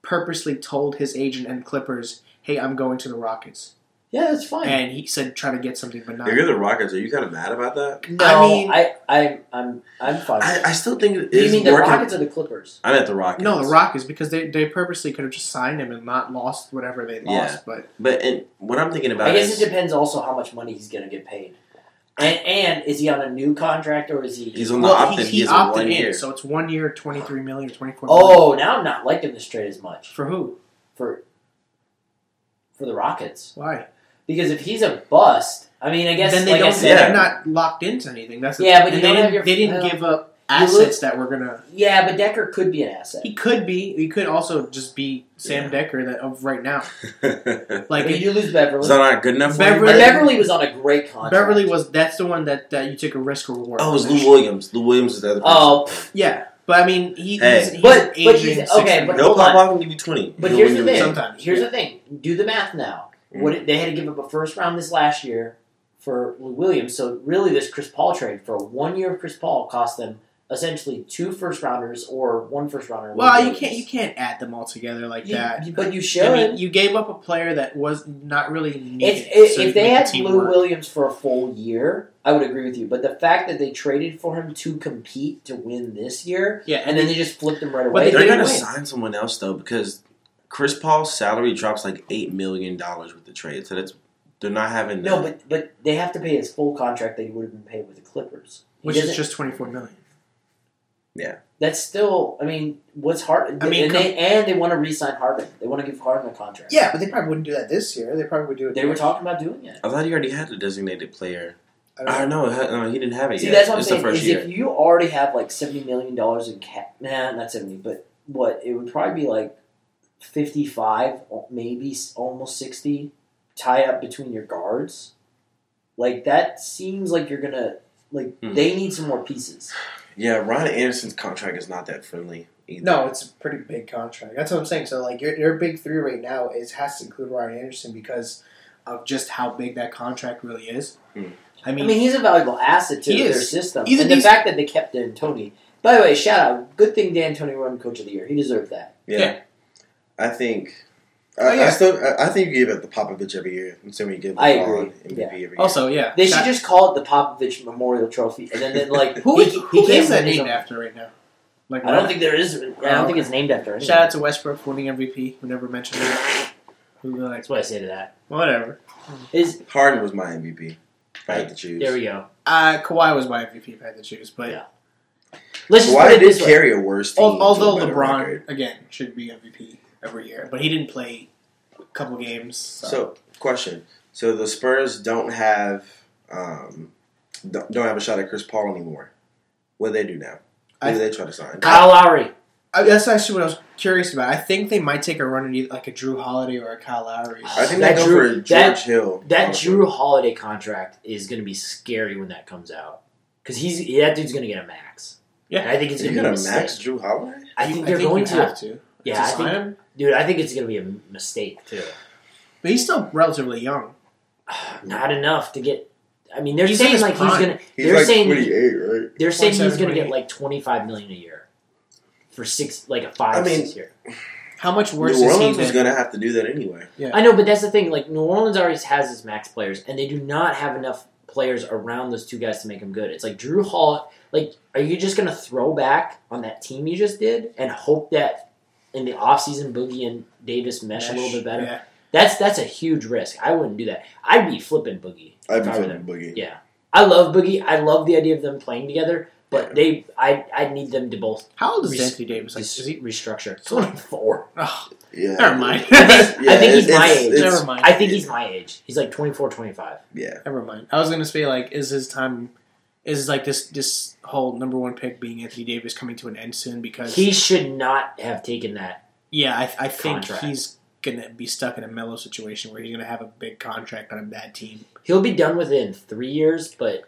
D: purposely told his agent and Clippers, "Hey, I'm going to the Rockets,"
C: yeah, that's fine.
D: and he said, "Try to get something, but not."
E: if you're the Rockets, are you kind of mad about that?
C: no,
D: I mean-
C: I, I, I'm, I'm fine.
E: I,
C: with it.
E: I still think it
C: Do
E: is
C: you mean the
E: working.
C: Rockets or the Clippers?
E: I'm at the Rockets.
D: no, the Rockets because they, they purposely could have just signed him and not lost whatever they lost.
E: Yeah.
D: But
E: But and what I'm thinking about
C: I guess
E: is
C: it depends also how much money he's going to get paid, and and is he on a new contract or is he?
E: he's on the
D: well,
E: opt-in.
D: he,
E: He,
D: he
E: has a
D: opted
E: one
D: in,
E: year.
D: so it's one year, twenty three million, twenty four.
C: oh, now I'm not liking this trade as much
D: for who?
C: for for the Rockets
D: Why?
C: because if he's a bust, I mean, I guess
D: then they
C: like
D: don't.
C: I said,
E: Yeah.
D: They're not locked into anything. That's the
C: Yeah,
D: thing.
C: but
D: And
C: you
D: they
C: don't
D: didn't,
C: have your-
D: they didn't
C: well,
D: give up
C: you
D: assets
C: look-
D: that were gonna.
C: yeah, but Decker could be an asset.
D: He could be. He could also just be Sam
E: Yeah.
D: Decker that of right now.
E: it's
D: Like
C: I mean, you lose Beverly.
E: not good enough. for you,
D: Beverly-
C: But
E: Brad?
C: Beverly was on a great contract.
D: Beverly was. That's the one that, that you took a risk reward.
E: Oh, it was
D: on.
E: Lou Williams. Lou Williams is the other.
C: Oh, pff,
D: Yeah, but I mean, he,
E: Hey.
D: he's, he's
C: But-
D: an
C: but
D: aging
C: he's-
D: six
C: okay,
D: man.
C: but-
E: no,
C: hold on.
E: Bob Bob can give you twenty.
C: but
E: No
C: here's the
E: one gives
C: thing.
E: you
D: sometimes. Mm-hmm.
C: Here's the thing. Do the math now.
E: Mm.
C: What they had to give up a first round this last year for Lou Williams. So really, this Chris Paul trade for one year of Chris Paul cost them essentially two first rounders or one first rounder. and
D: Well,
C: Lou
D: you
C: Williams.
D: can't you can't add them all together like
C: You-
D: that.
C: you- but you should.
D: I mean, you gave up a player that was not really needed.
C: if, if,
D: so
C: if
D: you
C: they
D: make the
C: had
D: team
C: Lou
D: work.
C: Williams for a full year, I would agree with you. But the fact that they traded for him to compete to win this year,
D: yeah,
C: and then they just flipped him right
D: But
C: away.
D: they
E: They're
D: didn't
E: gonna
D: win.
E: sign someone else though because Chris Paul's salary drops like eight million dollars with the trade. So that's they're not having
C: No,
E: that.
C: but but they have to pay his full contract that he would have been paid with the Clippers. He
D: which is
C: doesn't-
D: just twenty four million.
C: that's still. I mean, what's hard?
D: I mean,
C: and they, and they want to re-sign Harden. They want to give Harden a contract.
D: Yeah, but they probably wouldn't do that this year. They probably would do it.
C: they were talking about doing it.
E: I thought he already had a designated player.
D: I
E: I don't know. it had- No, he didn't have it
C: See,
E: yet.
C: that's what I'm
E: it's
C: saying.
E: the first
C: is
E: year.
C: if you already have like seventy million dollars in cap, nah, not seventy, but what it would probably be like fifty-five, or maybe s- almost sixty, tie up between your guards. Like that seems like you're gonna like
E: Hmm.
C: they need some more pieces.
E: Yeah, Ryan Anderson's contract is not that friendly either.
D: No, it's a pretty big contract. That's what I'm saying. So like your your big three right now is has to include Ryan Anderson because of just how big that contract really is.
E: Hmm.
D: I mean,
C: I mean, he's a valuable asset to
D: He
C: their
D: is.
C: system.
D: Either
C: and the
D: these-
C: fact that they kept D'Antoni. By the way, shout out. Good thing D'Antoni won Coach of the Year. He deserved that.
E: Yeah.
D: Yeah.
E: I think.
D: Oh,
E: I, I
D: yeah.
E: still. I, I think you give it the Popovich every year. I'm assuming you give
C: I
E: LeBron
C: agree.
E: MVP
C: Yeah.
E: every year.
D: also yeah,
C: They
D: that-
C: should just call it the Popovich Memorial Trophy, and then they, like
D: who
C: he,
D: is, who
C: he
D: is
C: can't
D: that
C: win his
D: named
C: own-
D: after right now? Like
C: I don't think there is. I don't
D: Yeah,
C: think it's named after anyone.
D: Shout out to Westbrook winning MVP. We never mentioned it. We were like,
G: That's what I say to that.
D: whatever.
C: Is
E: Harden was my MVP. If I had to choose.
G: There we go.
D: Uh, Kawhi was my MVP if I had to choose, but
G: Yeah. Let's just
E: Why
G: put it
E: did
G: this way.
E: carry a worse team?
D: al-
E: to a
D: although
E: better
D: LeBron
E: record?
D: again should be MVP every year, but he didn't play a couple games. So,
E: So question. So the Spurs don't have um, don't, don't have a shot at Chris Paul anymore. What do they do now? Who
D: I-
E: do they try to sign?
C: Kyle Lowry.
D: I, that's actually what I was curious about. I think they might take a run at either, like a Drew Holiday or a Kyle Lowry.
E: I think
C: That
E: they go
C: Drew-
E: for George
C: that-
E: Hill.
D: Oh.
C: That
E: honestly.
C: Drew Holiday contract is going to be scary when that comes out because he's that dude's going to get a max.
D: Yeah.
C: And I think it's
E: You
C: going to be
E: got
C: a
E: a
C: mistake.
E: max Drew Holiday?
C: I think they're going
D: you
C: to,
D: have to.
C: Yeah,
D: to
C: I
D: sign
C: think-
D: him.
C: dude. I think it's going to be a mistake too.
D: But he's still relatively young.
C: Not enough to get. I mean, they're
D: He's in
C: saying
D: his
C: like he's
D: prime.
C: going to.
E: He's
C: They're
E: like
C: saying-
E: 28, right?
C: They're saying he's
D: 27,
C: going to get
D: 28.
C: like twenty five million a year for six, like a five
E: I mean,
C: six year.
D: How much worse
E: New
D: is he
E: Orleans was
D: than
E: going to have to do that anyway.
D: Yeah.
C: I know, but that's the thing. Like New Orleans already has its max players, and they do not have enough players around those two guys to make them good. It's like Drew Hall. Like, are you just gonna throw back on that team you just did and hope that in the offseason Boogie and Davis mesh, a little bit better?
D: Yeah.
C: That's that's a huge risk. I wouldn't do that. I'd be flipping Boogie.
E: I'd
C: if
E: be
C: I were them.
E: flipping Boogie.
C: Yeah. I love Boogie. I love the idea of them playing together, but
E: Yeah.
C: they, I, I need them to both
D: How old is
C: Res-
D: Anthony Davis? Like,
C: dis-
D: is he?
C: restructure.
D: He's only
C: four.
D: Oh,
E: Yeah.
D: never mind.
E: Yeah,
C: I think he's
E: it's-
C: my
E: it's-
C: age.
E: it's-
D: never mind.
C: I think he's my age. He's like 24, 25.
E: Yeah.
D: never mind. I was gonna say like, is his time? Is like this this whole number one pick being Anthony Davis coming to an end soon? Because
C: He should not have taken that.
D: yeah, I, I think
C: Contract.
D: he's gonna be stuck in a mellow situation where he's gonna have a big contract on a bad team,
C: He'll be done within three years, but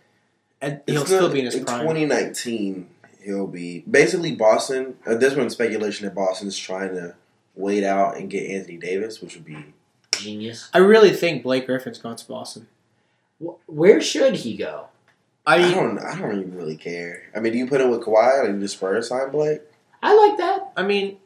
D: and
E: It's
D: he'll
E: not-
D: still be in his prime.
E: 2019, he'll be basically Boston. Uh, there's been speculation that Boston's trying to wait out and get Anthony Davis, which would be
C: genius.
D: I really think Blake Griffin's gone to Boston.
C: Wh- Where should he go?
D: I,
E: I don't. I don't even really care. I mean, do you put him with Kawhi and you just Spurs sign Blake?
C: I like that.
D: I mean,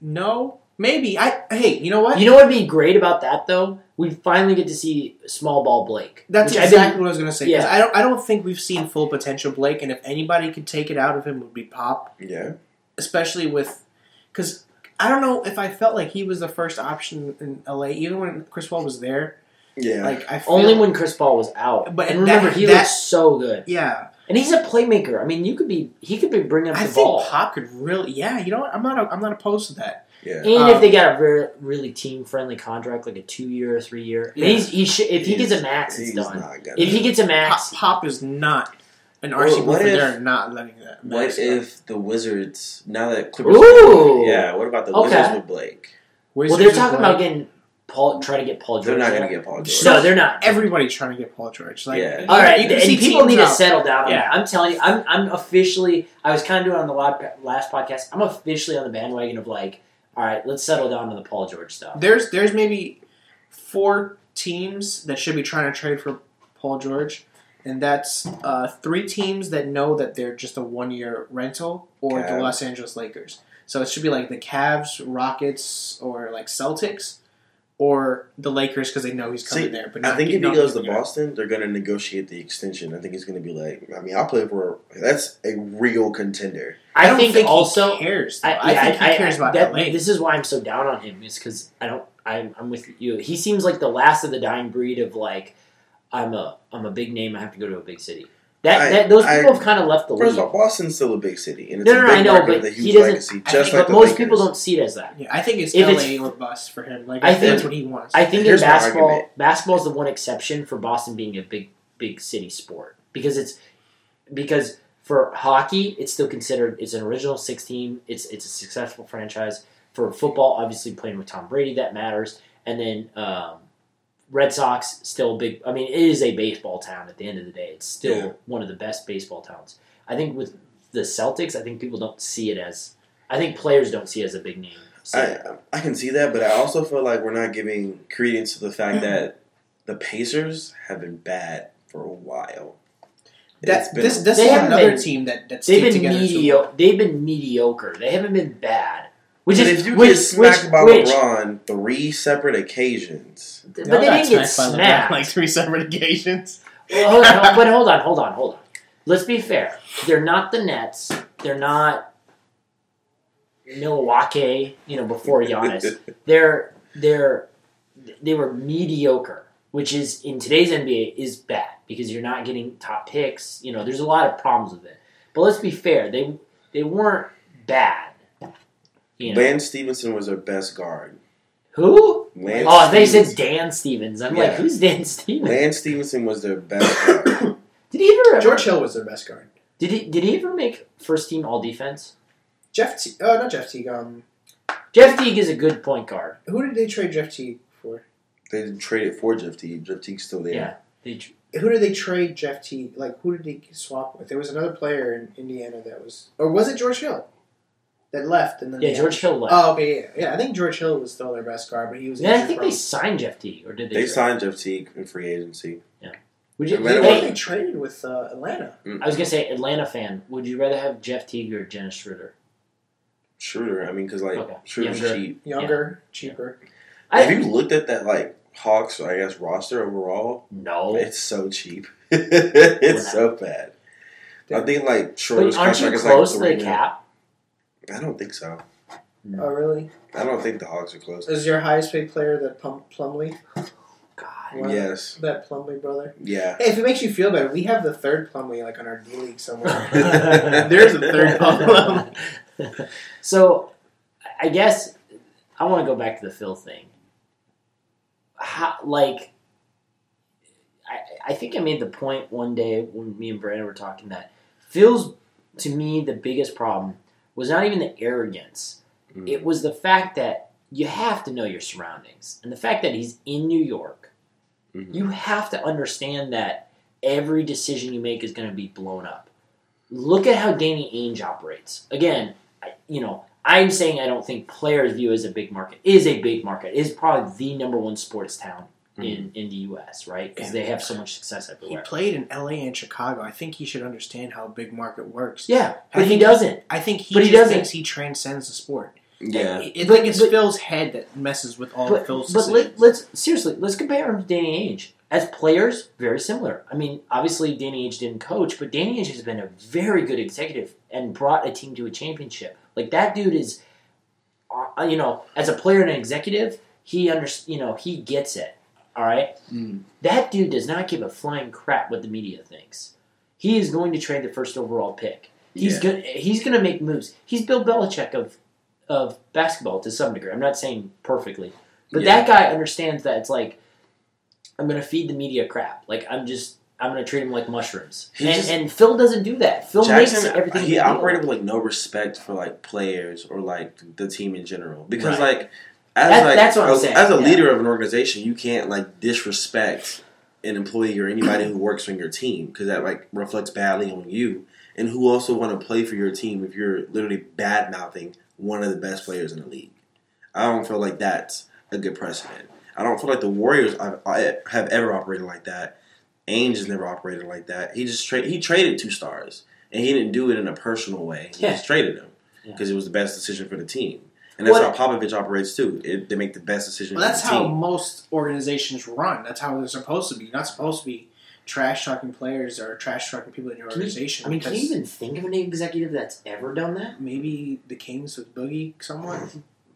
D: no, maybe. I hey, you know what?
C: You know what would be great about that, though? We finally get to see small ball Blake.
D: That's
C: which I've been-
D: exactly what I was gonna say. 'cause
C: Yeah.
D: I don't. I don't think we've seen full potential Blake, and if anybody could take it out of him, it would be Pop,
E: Yeah,
D: especially with because I don't know if I felt like he was the first option in LA, even when Chris Paul was there.
E: yeah.
D: Like I feel,
C: Only when Chris Paul was out.
D: But
C: and remember,
D: that-
C: he
D: that-
C: looks so good,
D: yeah.
C: and he's a playmaker. I mean, you could be he could be bringing up
D: I
C: the
D: think
C: ball.
D: Pop could really. Yeah, you know what? I'm not. A, I'm not opposed to that.
E: yeah.
C: and if
D: um,
C: they got a very, really team friendly contract, like a two year or three year,
D: Yeah.
C: he's, he should, if he
E: He's-
C: gets a max, it's
E: He's
C: done.
E: not gonna.
C: If he gets a max,
D: Pop, Pop is not an
E: Well,
D: RC
E: what
D: Buffer.
E: if-
D: They're not letting that.
E: what
D: Max go.
E: if the Wizards now that Clippers?
C: Ooh!
E: Yeah. What about the
C: Okay.
E: Wizards with Blake?
D: Where's
C: Well, they're
D: Chris
C: talking
D: Blake?
C: about getting Paul, try to get Paul George.
E: They're not
C: back.
E: gonna get Paul George.
D: So-
C: No, they're not.
D: everybody's trying to get Paul George. Like,
E: Yeah.
C: all right, and people
D: teams
C: need
D: out.
C: to settle down. on
D: Yeah.
C: that. I'm telling you, I'm, I'm officially. I was kind of doing it on the lab, last podcast. I'm officially on the bandwagon of like, all right, let's settle down on the Paul George stuff.
D: There's there's maybe four teams that should be trying to trade for Paul George, and that's uh, three teams that know that they're just a one year rental or the
E: Cavs.
D: Los Angeles Lakers. So it should be like the Cavs, Rockets, or like Celtics, or the Lakers because they know he's coming
E: See,
D: there. But
E: I
D: not-
E: think if he
D: not
E: goes to
D: giving it up.
E: Boston, they're going to negotiate the extension. I think he's going to be like, I mean, I'll play for. That's a real contender.
D: I,
C: I,
D: don't
C: think, also.
D: he cares. though.
C: I,
D: I,
C: yeah,
D: think
C: I-
D: he cares
C: I-
D: about
C: that.
D: LA.
C: This is why I'm so down on him. Is because I don't. I'm, I'm with you. He seems like the last of the dying breed of like, I'm a I'm a big name. I have to go to a big city. That,
E: I-
C: that those
E: I-
C: people have kind of left the
E: First
C: league.
E: of all, Boston's still a big city, and it's
C: No, no,
E: a
C: no,
E: big
C: I know,
E: market with
C: but
E: a
C: he
E: huge
C: doesn't-
E: legacy.
D: I
E: Just
D: think-
E: like
C: but
E: the
C: most
E: Lakers.
C: people don't see it as that.
D: yeah, I think it's
C: if
D: LA
C: it's-
D: or bust for him. Like
C: I
D: I think
C: think-
D: that's what he wants.
C: I think in
E: Here's my
C: basketball,
E: argument.
C: basketball is the one exception for Boston being a big, big city sport because it's because for hockey, it's still considered it's an original six team. It's it's a successful franchise. For football, obviously playing with Tom Brady that matters, and then um, Red Sox still big. I mean, it is a baseball town at the end of the day. It's still
E: Yeah.
C: one of the best baseball towns. I think with the Celtics, I think people don't see it as. I think players don't see it as a big name.
E: I, I can see that, but I also feel like we're not giving credence to the fact that the Pacers have been bad for a while. It's
D: That
E: been
D: this
E: a-
D: this
C: They
D: is
C: haven't
D: another
C: been-
D: team that that's
C: They've
D: stayed
C: been
D: together. too long.
C: mediocre. They've been mediocre. They haven't been bad. Which
E: But
C: is
E: if you
C: which,
E: get smacked
C: which,
E: by
C: which,
E: LeBron three separate occasions,
C: but
D: Y'all
C: they
D: got
C: didn't get
D: smacked by LeBron,
C: smacked.
D: like three separate occasions.
C: Well, hold on, but hold on, hold on, hold on. Let's be fair. They're not the Nets. They're not Milwaukee. You know, before Giannis, they're they're they were mediocre, which is in today's NBA is bad because you're not getting top picks. You know, there's a lot of problems with it. But let's be fair. They they weren't bad. You know.
E: Ben Stevenson was their best guard.
C: Who?
E: Lance
C: oh, they
E: Stevens-
C: said Dan Stevens. I'm
E: Yeah.
C: like, who's Dan Stevens?
E: Lance Stevenson was their best guard.
C: Did he ever
D: George Hill was their best guard.
C: did he did he ever make first team all defense?
D: Jeff, T- uh, not Jeff Teague. Um,
C: Jeff Teague is a good point guard.
D: who did they trade Jeff Teague for?
E: They didn't trade it for Jeff Teague. Jeff Teague's still there.
C: Yeah. They tr-
D: Who did they trade Jeff Teague? Like who did they swap with? There was another player in Indiana that was, or was it George Hill that left? And then
C: yeah,
D: they-
C: George Hill left.
D: Oh, okay, yeah, yeah. I think George Hill was still their best guard, but he was.
C: And then I
D: injured
C: think
D: from-
C: they signed Jeff Teague, or did they?
E: They
C: trade?
E: signed Jeff Teague in free agency.
C: Would you,
E: I mean, it
D: I think
C: hey,
D: they traded with uh, Atlanta.
C: I was gonna say Atlanta fan. Would you rather have Jeff Teague or Dennis Schroeder?
E: Schroeder, I mean, because like
C: Okay.
E: Schroeder's
C: Younger.
E: cheap.
D: Younger, cheaper.
C: I-
E: Have you looked at that like Hawks, I guess, roster overall?
C: No,
E: It's so cheap. it's so bad. I
D: Damn.
E: think like
C: but
E: Schroeder's
C: aren't you
E: contract is like
C: close
E: three.
C: to the
E: mil.
C: cap?
E: I don't think so.
D: Oh, really?
E: I don't think the Hawks are close.
D: Is your highest paid player that Plum- Plumlee?
C: God,
D: Wow.
E: Yes.
D: That Plumlee brother?
E: Yeah.
D: Hey, if it makes you feel better, we have the third Plumlee like on our D League somewhere.
E: There's
D: a third column.
C: so, I guess I want to go back to the Phil thing. How, like, I, I think I made the point one day when me and Brandon were talking that Phil's, to me, the biggest problem was not even the arrogance. It was the fact that you have to know your surroundings. And the fact that he's in New York,
E: Mhm.
C: you have to understand that every decision you make is going to be blown up. Look at how Danny Ainge operates. Again, I, you know, I'm saying I don't think players view it as a big market. It Is a big market. It Is probably the number one sports town in, in the U.S., right? Because they have so much success
D: he
C: everywhere.
D: played in L.A. and Chicago. I think he should understand how a big market works.
C: Yeah,
D: I
C: but he
D: think-
C: doesn't.
D: I think he
C: But he
D: just
C: doesn't.
D: thinks he transcends the sport.
E: Yeah.
D: It, it,
C: But-
D: like it's
C: but-
D: Phil's head that messes with all of
C: But,
D: Phil's
C: but let,
D: decisions.
C: let's seriously let's compare him to Danny Ainge. As players, very similar. I mean, obviously Danny Ainge didn't coach, but Danny Ainge has been a very good executive and brought a team to a championship. Like that dude is, uh, you know, as a player and an executive, he under you know he gets it. All right, that dude does not give a flying crap what the media thinks. He is going to trade the first overall pick. He's
E: Yeah.
C: gonna he's gonna make moves. He's Bill Belichick of of basketball to some degree. I'm not saying perfectly, but
E: Yeah.
C: that guy understands that it's like I'm gonna feed the media crap. Like I'm just I'm gonna treat him like mushrooms.
E: He
C: And,
E: just-
C: and Phil doesn't do that. Phil makes
E: Jackson,
C: everything. a big
E: he
C: deal.
E: operated with like no respect for like players or like the team in general because
C: Right.
E: like as
C: That-
E: like
C: that's what I'm
E: a-
C: saying,
E: as a
C: yeah.
E: leader of an organization, you can't like disrespect an employee or anybody who works on your team because that like reflects badly on you and who also want to play for your team if you're literally bad mouthing one of the best players in the league. I don't feel like that's a good precedent. I don't feel like the Warriors I've, I have ever operated like that. Ainge has never operated like that. He just tra- he traded two stars, and he didn't do it in a personal way. He
C: Yeah.
E: just traded them
C: Yeah.
E: because it was the best decision for the team, and that's
C: What-
E: how Popovich operates too. It, they make the best decision.
D: Well, that's
E: for the
D: how
E: team.
D: most organizations run. That's how they're supposed to be. You're not supposed to be trash talking players or trash talking people in your
C: Can you-
D: organization.
C: I mean, can you
D: because
C: even think of an executive that's ever done that?
D: maybe the Kings with Boogie somewhat,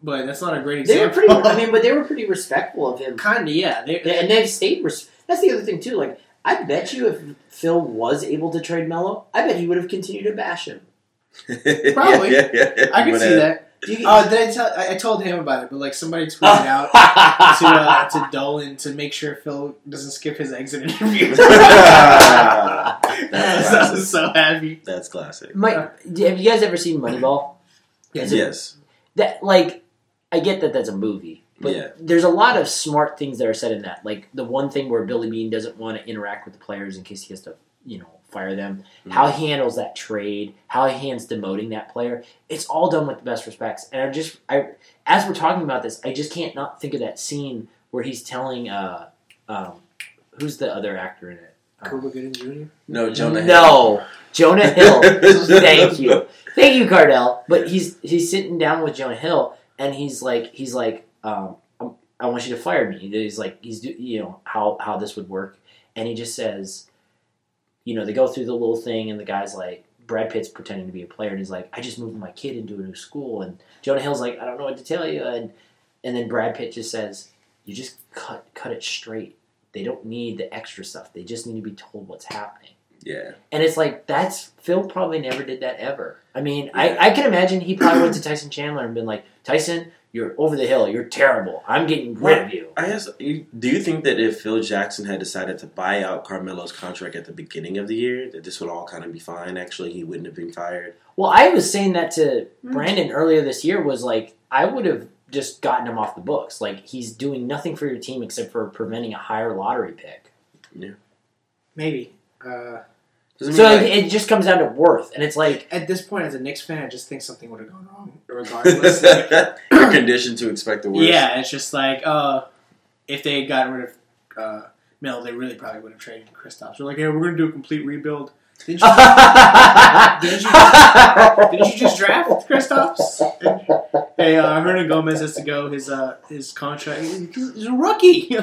D: but that's not a great
F: They were
D: example.
F: pretty. I mean, but they were pretty respectful of him,
D: kind of yeah. They,
F: Yeah, and they've stayed. Res- That's the other thing too. Like, I bet you if Phil was able to trade Melo, I bet he would have continued to bash him.
D: Probably.
E: yeah, yeah, yeah.
D: I can
E: But,
D: see
E: uh,
D: that.
F: Do you,
D: Uh, did I, tell, I, I told him about it, but like somebody tweeted out to uh, to Dolan to make sure Phil doesn't skip his exit interview.
E: That's
D: I
E: classic.
D: was so happy.
E: That's classic.
C: Mike, have you guys ever seen Moneyball? Is it-
E: Yes.
C: that like I get that that's a movie, but
E: Yeah.
C: there's a lot of smart things that are said in that. Like the one thing where Billy Bean doesn't want to interact with the players in case he has to, you know, fire them. How he handles that trade, how he hands demoting that player. It's all done with the best respects. And I just I as we're talking about this, I just can't not think of that scene where he's telling uh um who's the other actor in it? Um,
D: Cuba Gooding Jr.
E: No, Jonah. Hill.
C: No, Jonah Hill. Thank you, thank you, Cardell. But he's he's sitting down with Jonah Hill, and he's like he's like um, I- I want you to fire me. He's like he's do- you know how how this would work, and he just says, you know, they go through the little thing, and the guy's like. Brad Pitt's pretending to be a player, and he's like, "I just moved my kid into a new school." And Jonah Hill's like, "I don't know what to tell you," and and then Brad Pitt just says, "You just cut cut it straight. They don't need the extra stuff. They just need to be told what's happening."
E: Yeah.
C: And it's like that's Phil probably never did that ever. I mean,
E: Yeah.
C: I, I can imagine he probably went to Tyson Chandler and been like, Tyson, you're over the hill. You're terrible. I'm getting rid of you.
E: I guess. You, do you think that if Phil Jackson had decided to buy out Carmelo's contract at the beginning of the year, that this would all kind of be fine? Actually, he wouldn't have been fired.
C: Well, I was saying that to Brandon earlier this year was like I would have just gotten him off the books. Like he's doing nothing for your team except for preventing a higher lottery pick.
D: Maybe. Uh,
E: Doesn't
C: so
E: mean, like-
C: it, it just comes down to worth, and it's like
D: at this point, as a Knicks fan, I just think something would have gone wrong, regardless.
E: You're conditioned to expect the worst.
D: yeah, it's just like uh, if they had gotten rid of uh, Mill, they really probably would have traded Kristaps. They're like, yeah, we're going to do a complete rebuild. Did you, did you, did you just draft Kristaps? hey, uh, Hernan Gomez has to go. His uh, his contract. He's a rookie.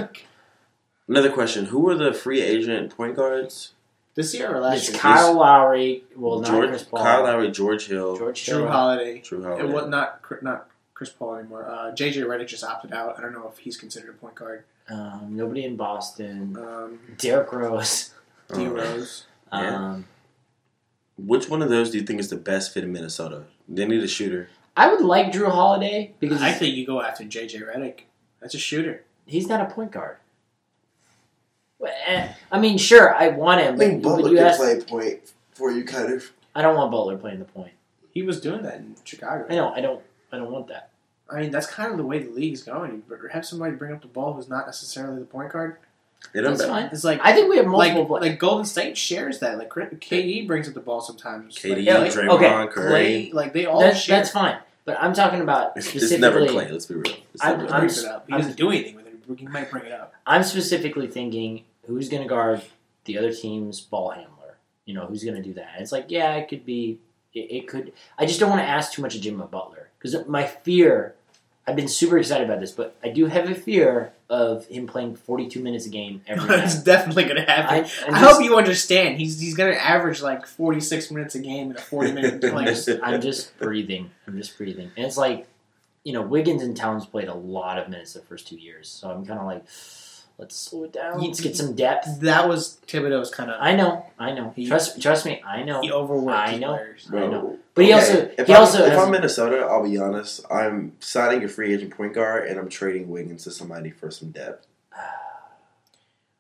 E: Another question: Who were the free agent point guards?
D: this year or
C: it's
D: last year?
C: Kyle Lowry. Well, not
E: George,
C: Chris Paul.
E: Kyle Lowry, George Hill,
C: George
D: Drew
C: Hill.
D: Holiday.
E: Drew
D: It was
E: Holiday.
D: not Cr- not Chris Paul anymore. Uh, JJ Redick just opted out. I don't know if he's considered a point guard.
C: Um, nobody in Boston.
D: Um,
C: Derrick Rose.
D: D
E: Um,
D: Rose.
E: Yeah.
C: Um,
E: Which one of those do you think is the best fit in Minnesota? They need a shooter.
C: I would like Drew Holiday because
D: I think you go after JJ Redick. That's a shooter.
C: he's not a point guard. Well, eh, I mean, sure, I want him. But when you ask,
E: point for you, kind of.
C: I don't want Butler playing the point.
D: He was doing that in Chicago.
C: I know. I don't. I don't want that.
D: I mean, that's kind of the way the league's going. You better have somebody bring up the ball who's not necessarily the point guard.
E: They don't.
C: That's fine.
D: It's like
C: I think we have
D: like
C: multiple. play-
D: like Golden State shares that. Like KD brings up the ball sometimes.
E: KD,
D: like,
C: Yeah, like-
E: Draymond,
C: okay,
E: Curry.
D: Clay, like they all
C: that's,
D: share.
C: that's fine. But I'm talking about
E: It's,
C: specifically.
E: it's never Clay. Let's be real. It's
C: I'm-
E: never
D: He
E: Clay.
D: brings it up. He
C: I'm-
D: doesn't do anything with it. He might bring it up.
C: I'm specifically thinking who's going to guard the other team's ball handler. You know, who's going to do that? And it's like, yeah, it could be. It, it could. I just don't want to ask too much of Jimmy Butler because my fear. I've been super excited about this, but I do have a fear of him playing 42 minutes a game every
D: it's
C: night.
D: definitely going to happen.
C: I, I'm
D: I
C: just-
D: hope you understand. He's he's gonna average like forty six minutes a game in a forty minute
C: I'm
D: play.
C: just, I'm just breathing. I'm just breathing. And it's like, you know, Wiggins and Towns played a lot of minutes the first two years. So I'm kind of like, let's slow it down.
D: You-
C: Let's get some depth.
D: that was Thibodeau's kind of
C: I know. I know.
D: He-
C: Trust trust me. I know.
D: he overworked
C: I
D: his
C: know.
D: players.
C: I know.
E: Bro.
C: But he
E: Okay,
C: also
E: if
C: he
E: I'm,
C: also
E: if
C: has,
E: I'm Minnesota, I'll be honest. I'm signing a free agent point guard, and I'm trading Wiggins to somebody for some depth.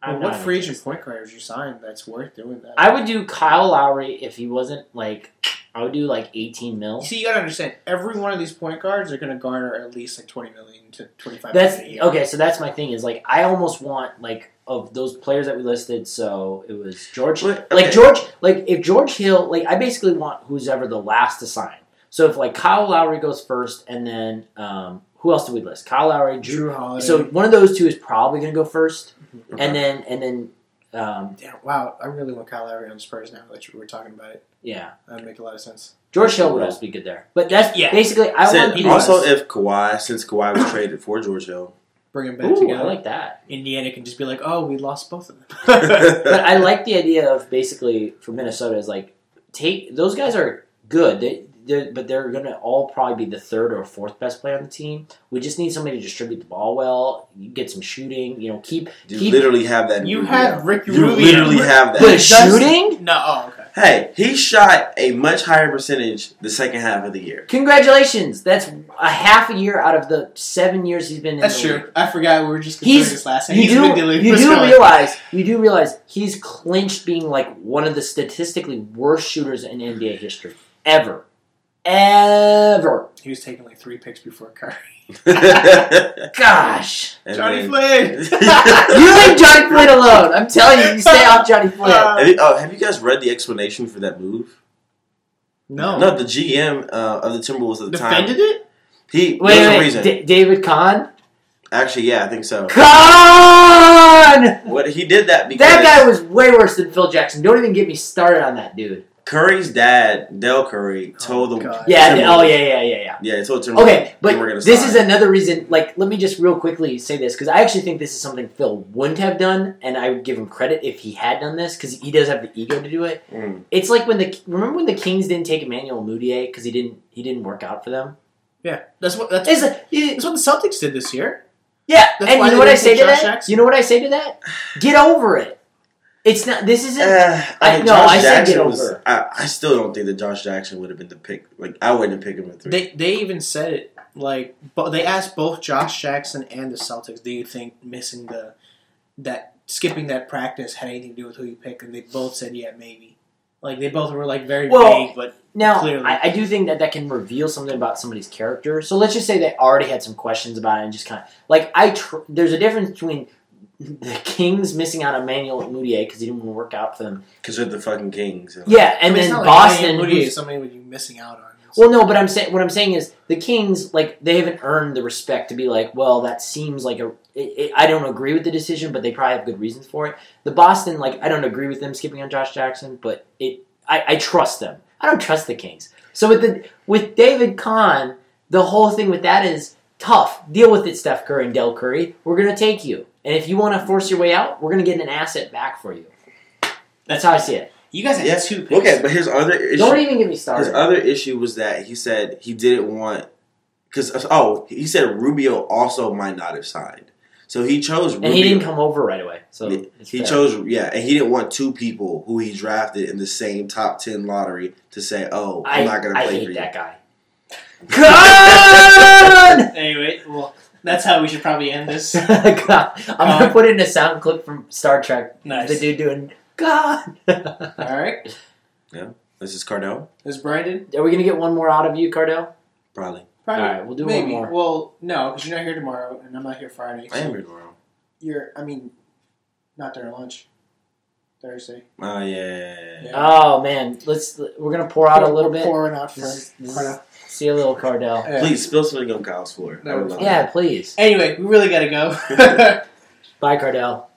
C: I'm
D: well, what
C: not
D: free
C: against
D: agent point guard would you sign that's worth doing that?
C: it. I would do Kyle Lowry if he wasn't like I would do like 18 mil.
D: See, you gotta understand. Every one of these point guards are gonna garner at least like twenty million to twenty five.
C: That's
D: million a year.
C: okay. So that's my thing is like I almost want like of those players that we listed. So it was George,
E: But-
C: like
E: okay.
C: George, like if George Hill, like I basically want who's ever the last to sign. So if like Kyle Lowry goes first, and then um, who else did we list? Kyle Lowry, Drew.
D: Drew Holiday.
C: So one of those two is probably going to go first,
E: Okay.
C: and then and then um,
D: Damn, wow, I really want Kyle Lowry on the Spurs now that you were talking about it.
C: yeah,
D: That would make a lot of sense.
C: George Hill would also be good there. But that's
D: Yeah.
C: basically I
E: Said-
C: want.
D: he
C: these-
E: also,
D: was.
E: if Kawhi, since Kawhi was traded for George Hill,
D: Bring them back
C: Ooh, I
D: together.
C: like that.
D: Indiana can just be like, oh, we lost both of them.
C: but
E: I
C: I like the idea of basically for Minnesota is like take those guys are good, they, they're, but they're going to all probably be the third or fourth best player on the team. We just need somebody to distribute the ball well, you get some shooting, you know, keep
E: you
C: keep
E: literally have that. in
D: you
E: Rubio.
D: have Rick
E: You
D: Rubio.
E: literally have that.
C: the
D: It does-
C: shooting.
D: No, oh, okay.
E: Hey, he shot a much higher percentage the second half of the year.
C: Congratulations! That's a half a year out of the seven years he's been. in
D: That's
C: the league.
D: true. I forgot we were just considering
C: He's-
D: this last name.
C: You
D: He's been
C: do,
D: dealing
C: you
D: with
C: do
D: Scarlett.
C: realize you do realize he's clinched being like one of the statistically worst shooters in NBA history ever, ever.
D: He was taking like three picks before Curry.
E: And
C: Gosh.
D: Johnny
E: then-
D: Flynn!
C: You leave Johnny Flynn alone. I'm telling you, you stay off Johnny Flynn.
D: Uh,
E: Have you, oh, have you guys read the explanation for that move?
D: no.
E: No, the GM uh, of the Timberwolves at the
D: Defended
E: time.
D: it?
E: He
C: wait,
E: there's
C: wait,
E: a
C: wait.
E: reason.
C: D- David Kahn?
E: Actually, yeah, I think so.
C: Kahn!
E: What he did that because
C: That guy was way worse than Phil Jackson. Don't even get me started on that dude.
E: Curry's dad, Del Curry, told
D: Oh,
E: the
D: God.
C: Yeah,
E: Timberwolves-
C: oh, yeah, yeah, yeah, yeah.
E: yeah, he told Timberwolves.
C: Okay,
E: they were
C: but
E: gonna
C: this
E: sign.
C: is another reason. Like, let me just real quickly say this because I actually think this is something Phil wouldn't have done, and I would give him credit if he had done this because he does have the ego to do it.
E: Mm.
C: It's like when the remember when the Kings didn't take Emmanuel Mudiay because he didn't he didn't work out for them.
D: Yeah. That's what that's,
C: It's like,
D: that's what the Celtics did this year.
C: Yeah,
D: That's
C: and
D: why
C: you know
D: they
C: what I
D: didn't
C: say
D: take
C: to
D: Josh
C: that?
D: Jackson.
C: You know what I say to that? Get over it. It's not. This isn't.
E: Uh,
C: I- no, I said get
E: Jackson was-
C: over it.
E: I, I still don't think that Josh Jackson would have been the pick. Like I wouldn't pick him at three.
D: They they even said it like but they asked both Josh Jackson and the Celtics, do you think missing the that skipping that practice had anything to do with who you pick? And they both said yeah, maybe. Like they both were like very
C: Well,
D: vague, but
C: Now,
D: Clearly.
C: I, I do think that that can reveal something about somebody's character. So let's just say they already had some questions about it and just kind of like I. Tr- there's a difference between the Kings missing out on Manuel Moutier because he didn't want to work out for them.
E: Because they're the fucking Kings. you know?
C: Yeah, and
D: I mean, it's
C: then
D: not like
C: Boston.
D: Ryan Moody
C: who's-
D: is somebody that you're missing out on. It's-
C: well, no, but I'm saying what I'm saying is the Kings like they haven't earned the respect to be like, well, that seems like a. It, it, I don't agree with the decision, but they probably have good reasons for it. The Boston, like, I don't agree with them skipping on Josh Jackson, but it, I, I trust them. I don't trust the Kings. So with the with David Kahn, the whole thing with that is tough. Deal with it, Steph Curry and Del Curry. We're gonna take you, and if you want to force your way out, we're gonna get an asset back for you. That's how I see it.
H: You guys had
E: Yeah.
H: two picks.
E: Okay, but his other
C: Don't
E: issue,
C: even get me
E: his
C: started.
E: other issue was that he said he didn't want because oh he said Rubio also might not have signed, so he chose Rubio.
C: And he didn't come over right away, so
E: He-
C: it's
E: he
C: fair.
E: chose yeah, and he didn't want two people who he drafted in the same top ten lottery to say oh I'm
C: I-
E: not going to
C: I
E: play
C: hate
E: for you.
C: that guy. God!
H: Anyway, well, that's how we should probably end this.
C: God. I'm gonna
E: Uh,
C: put in a sound clip from Star Trek. The
H: Nice.
C: dude doing God. Are
D: All right,
E: This is Cardell
D: is Brandon?
C: we gonna get one more out of you, Cardell?
E: probably.
D: Probably.
C: All right, we'll do one
D: maybe.
C: more.
D: Well, no, because you're not here tomorrow, and I'm not here Friday.
E: I
D: so
E: am here tomorrow.
D: You're, I mean, not during lunch. Thursday.
E: Oh yeah, yeah, yeah, yeah.
D: Yeah.
C: Oh man, let's we're gonna pour out a little
D: We're
C: bit.
D: Pouring out for.
C: This- this-
D: for now.
C: See a little Cardell.
D: Yeah.
E: Please spill something on Kyle's floor. I would love
C: Yeah, please.
H: Anyway, we really gotta go.
C: Bye, Cardell.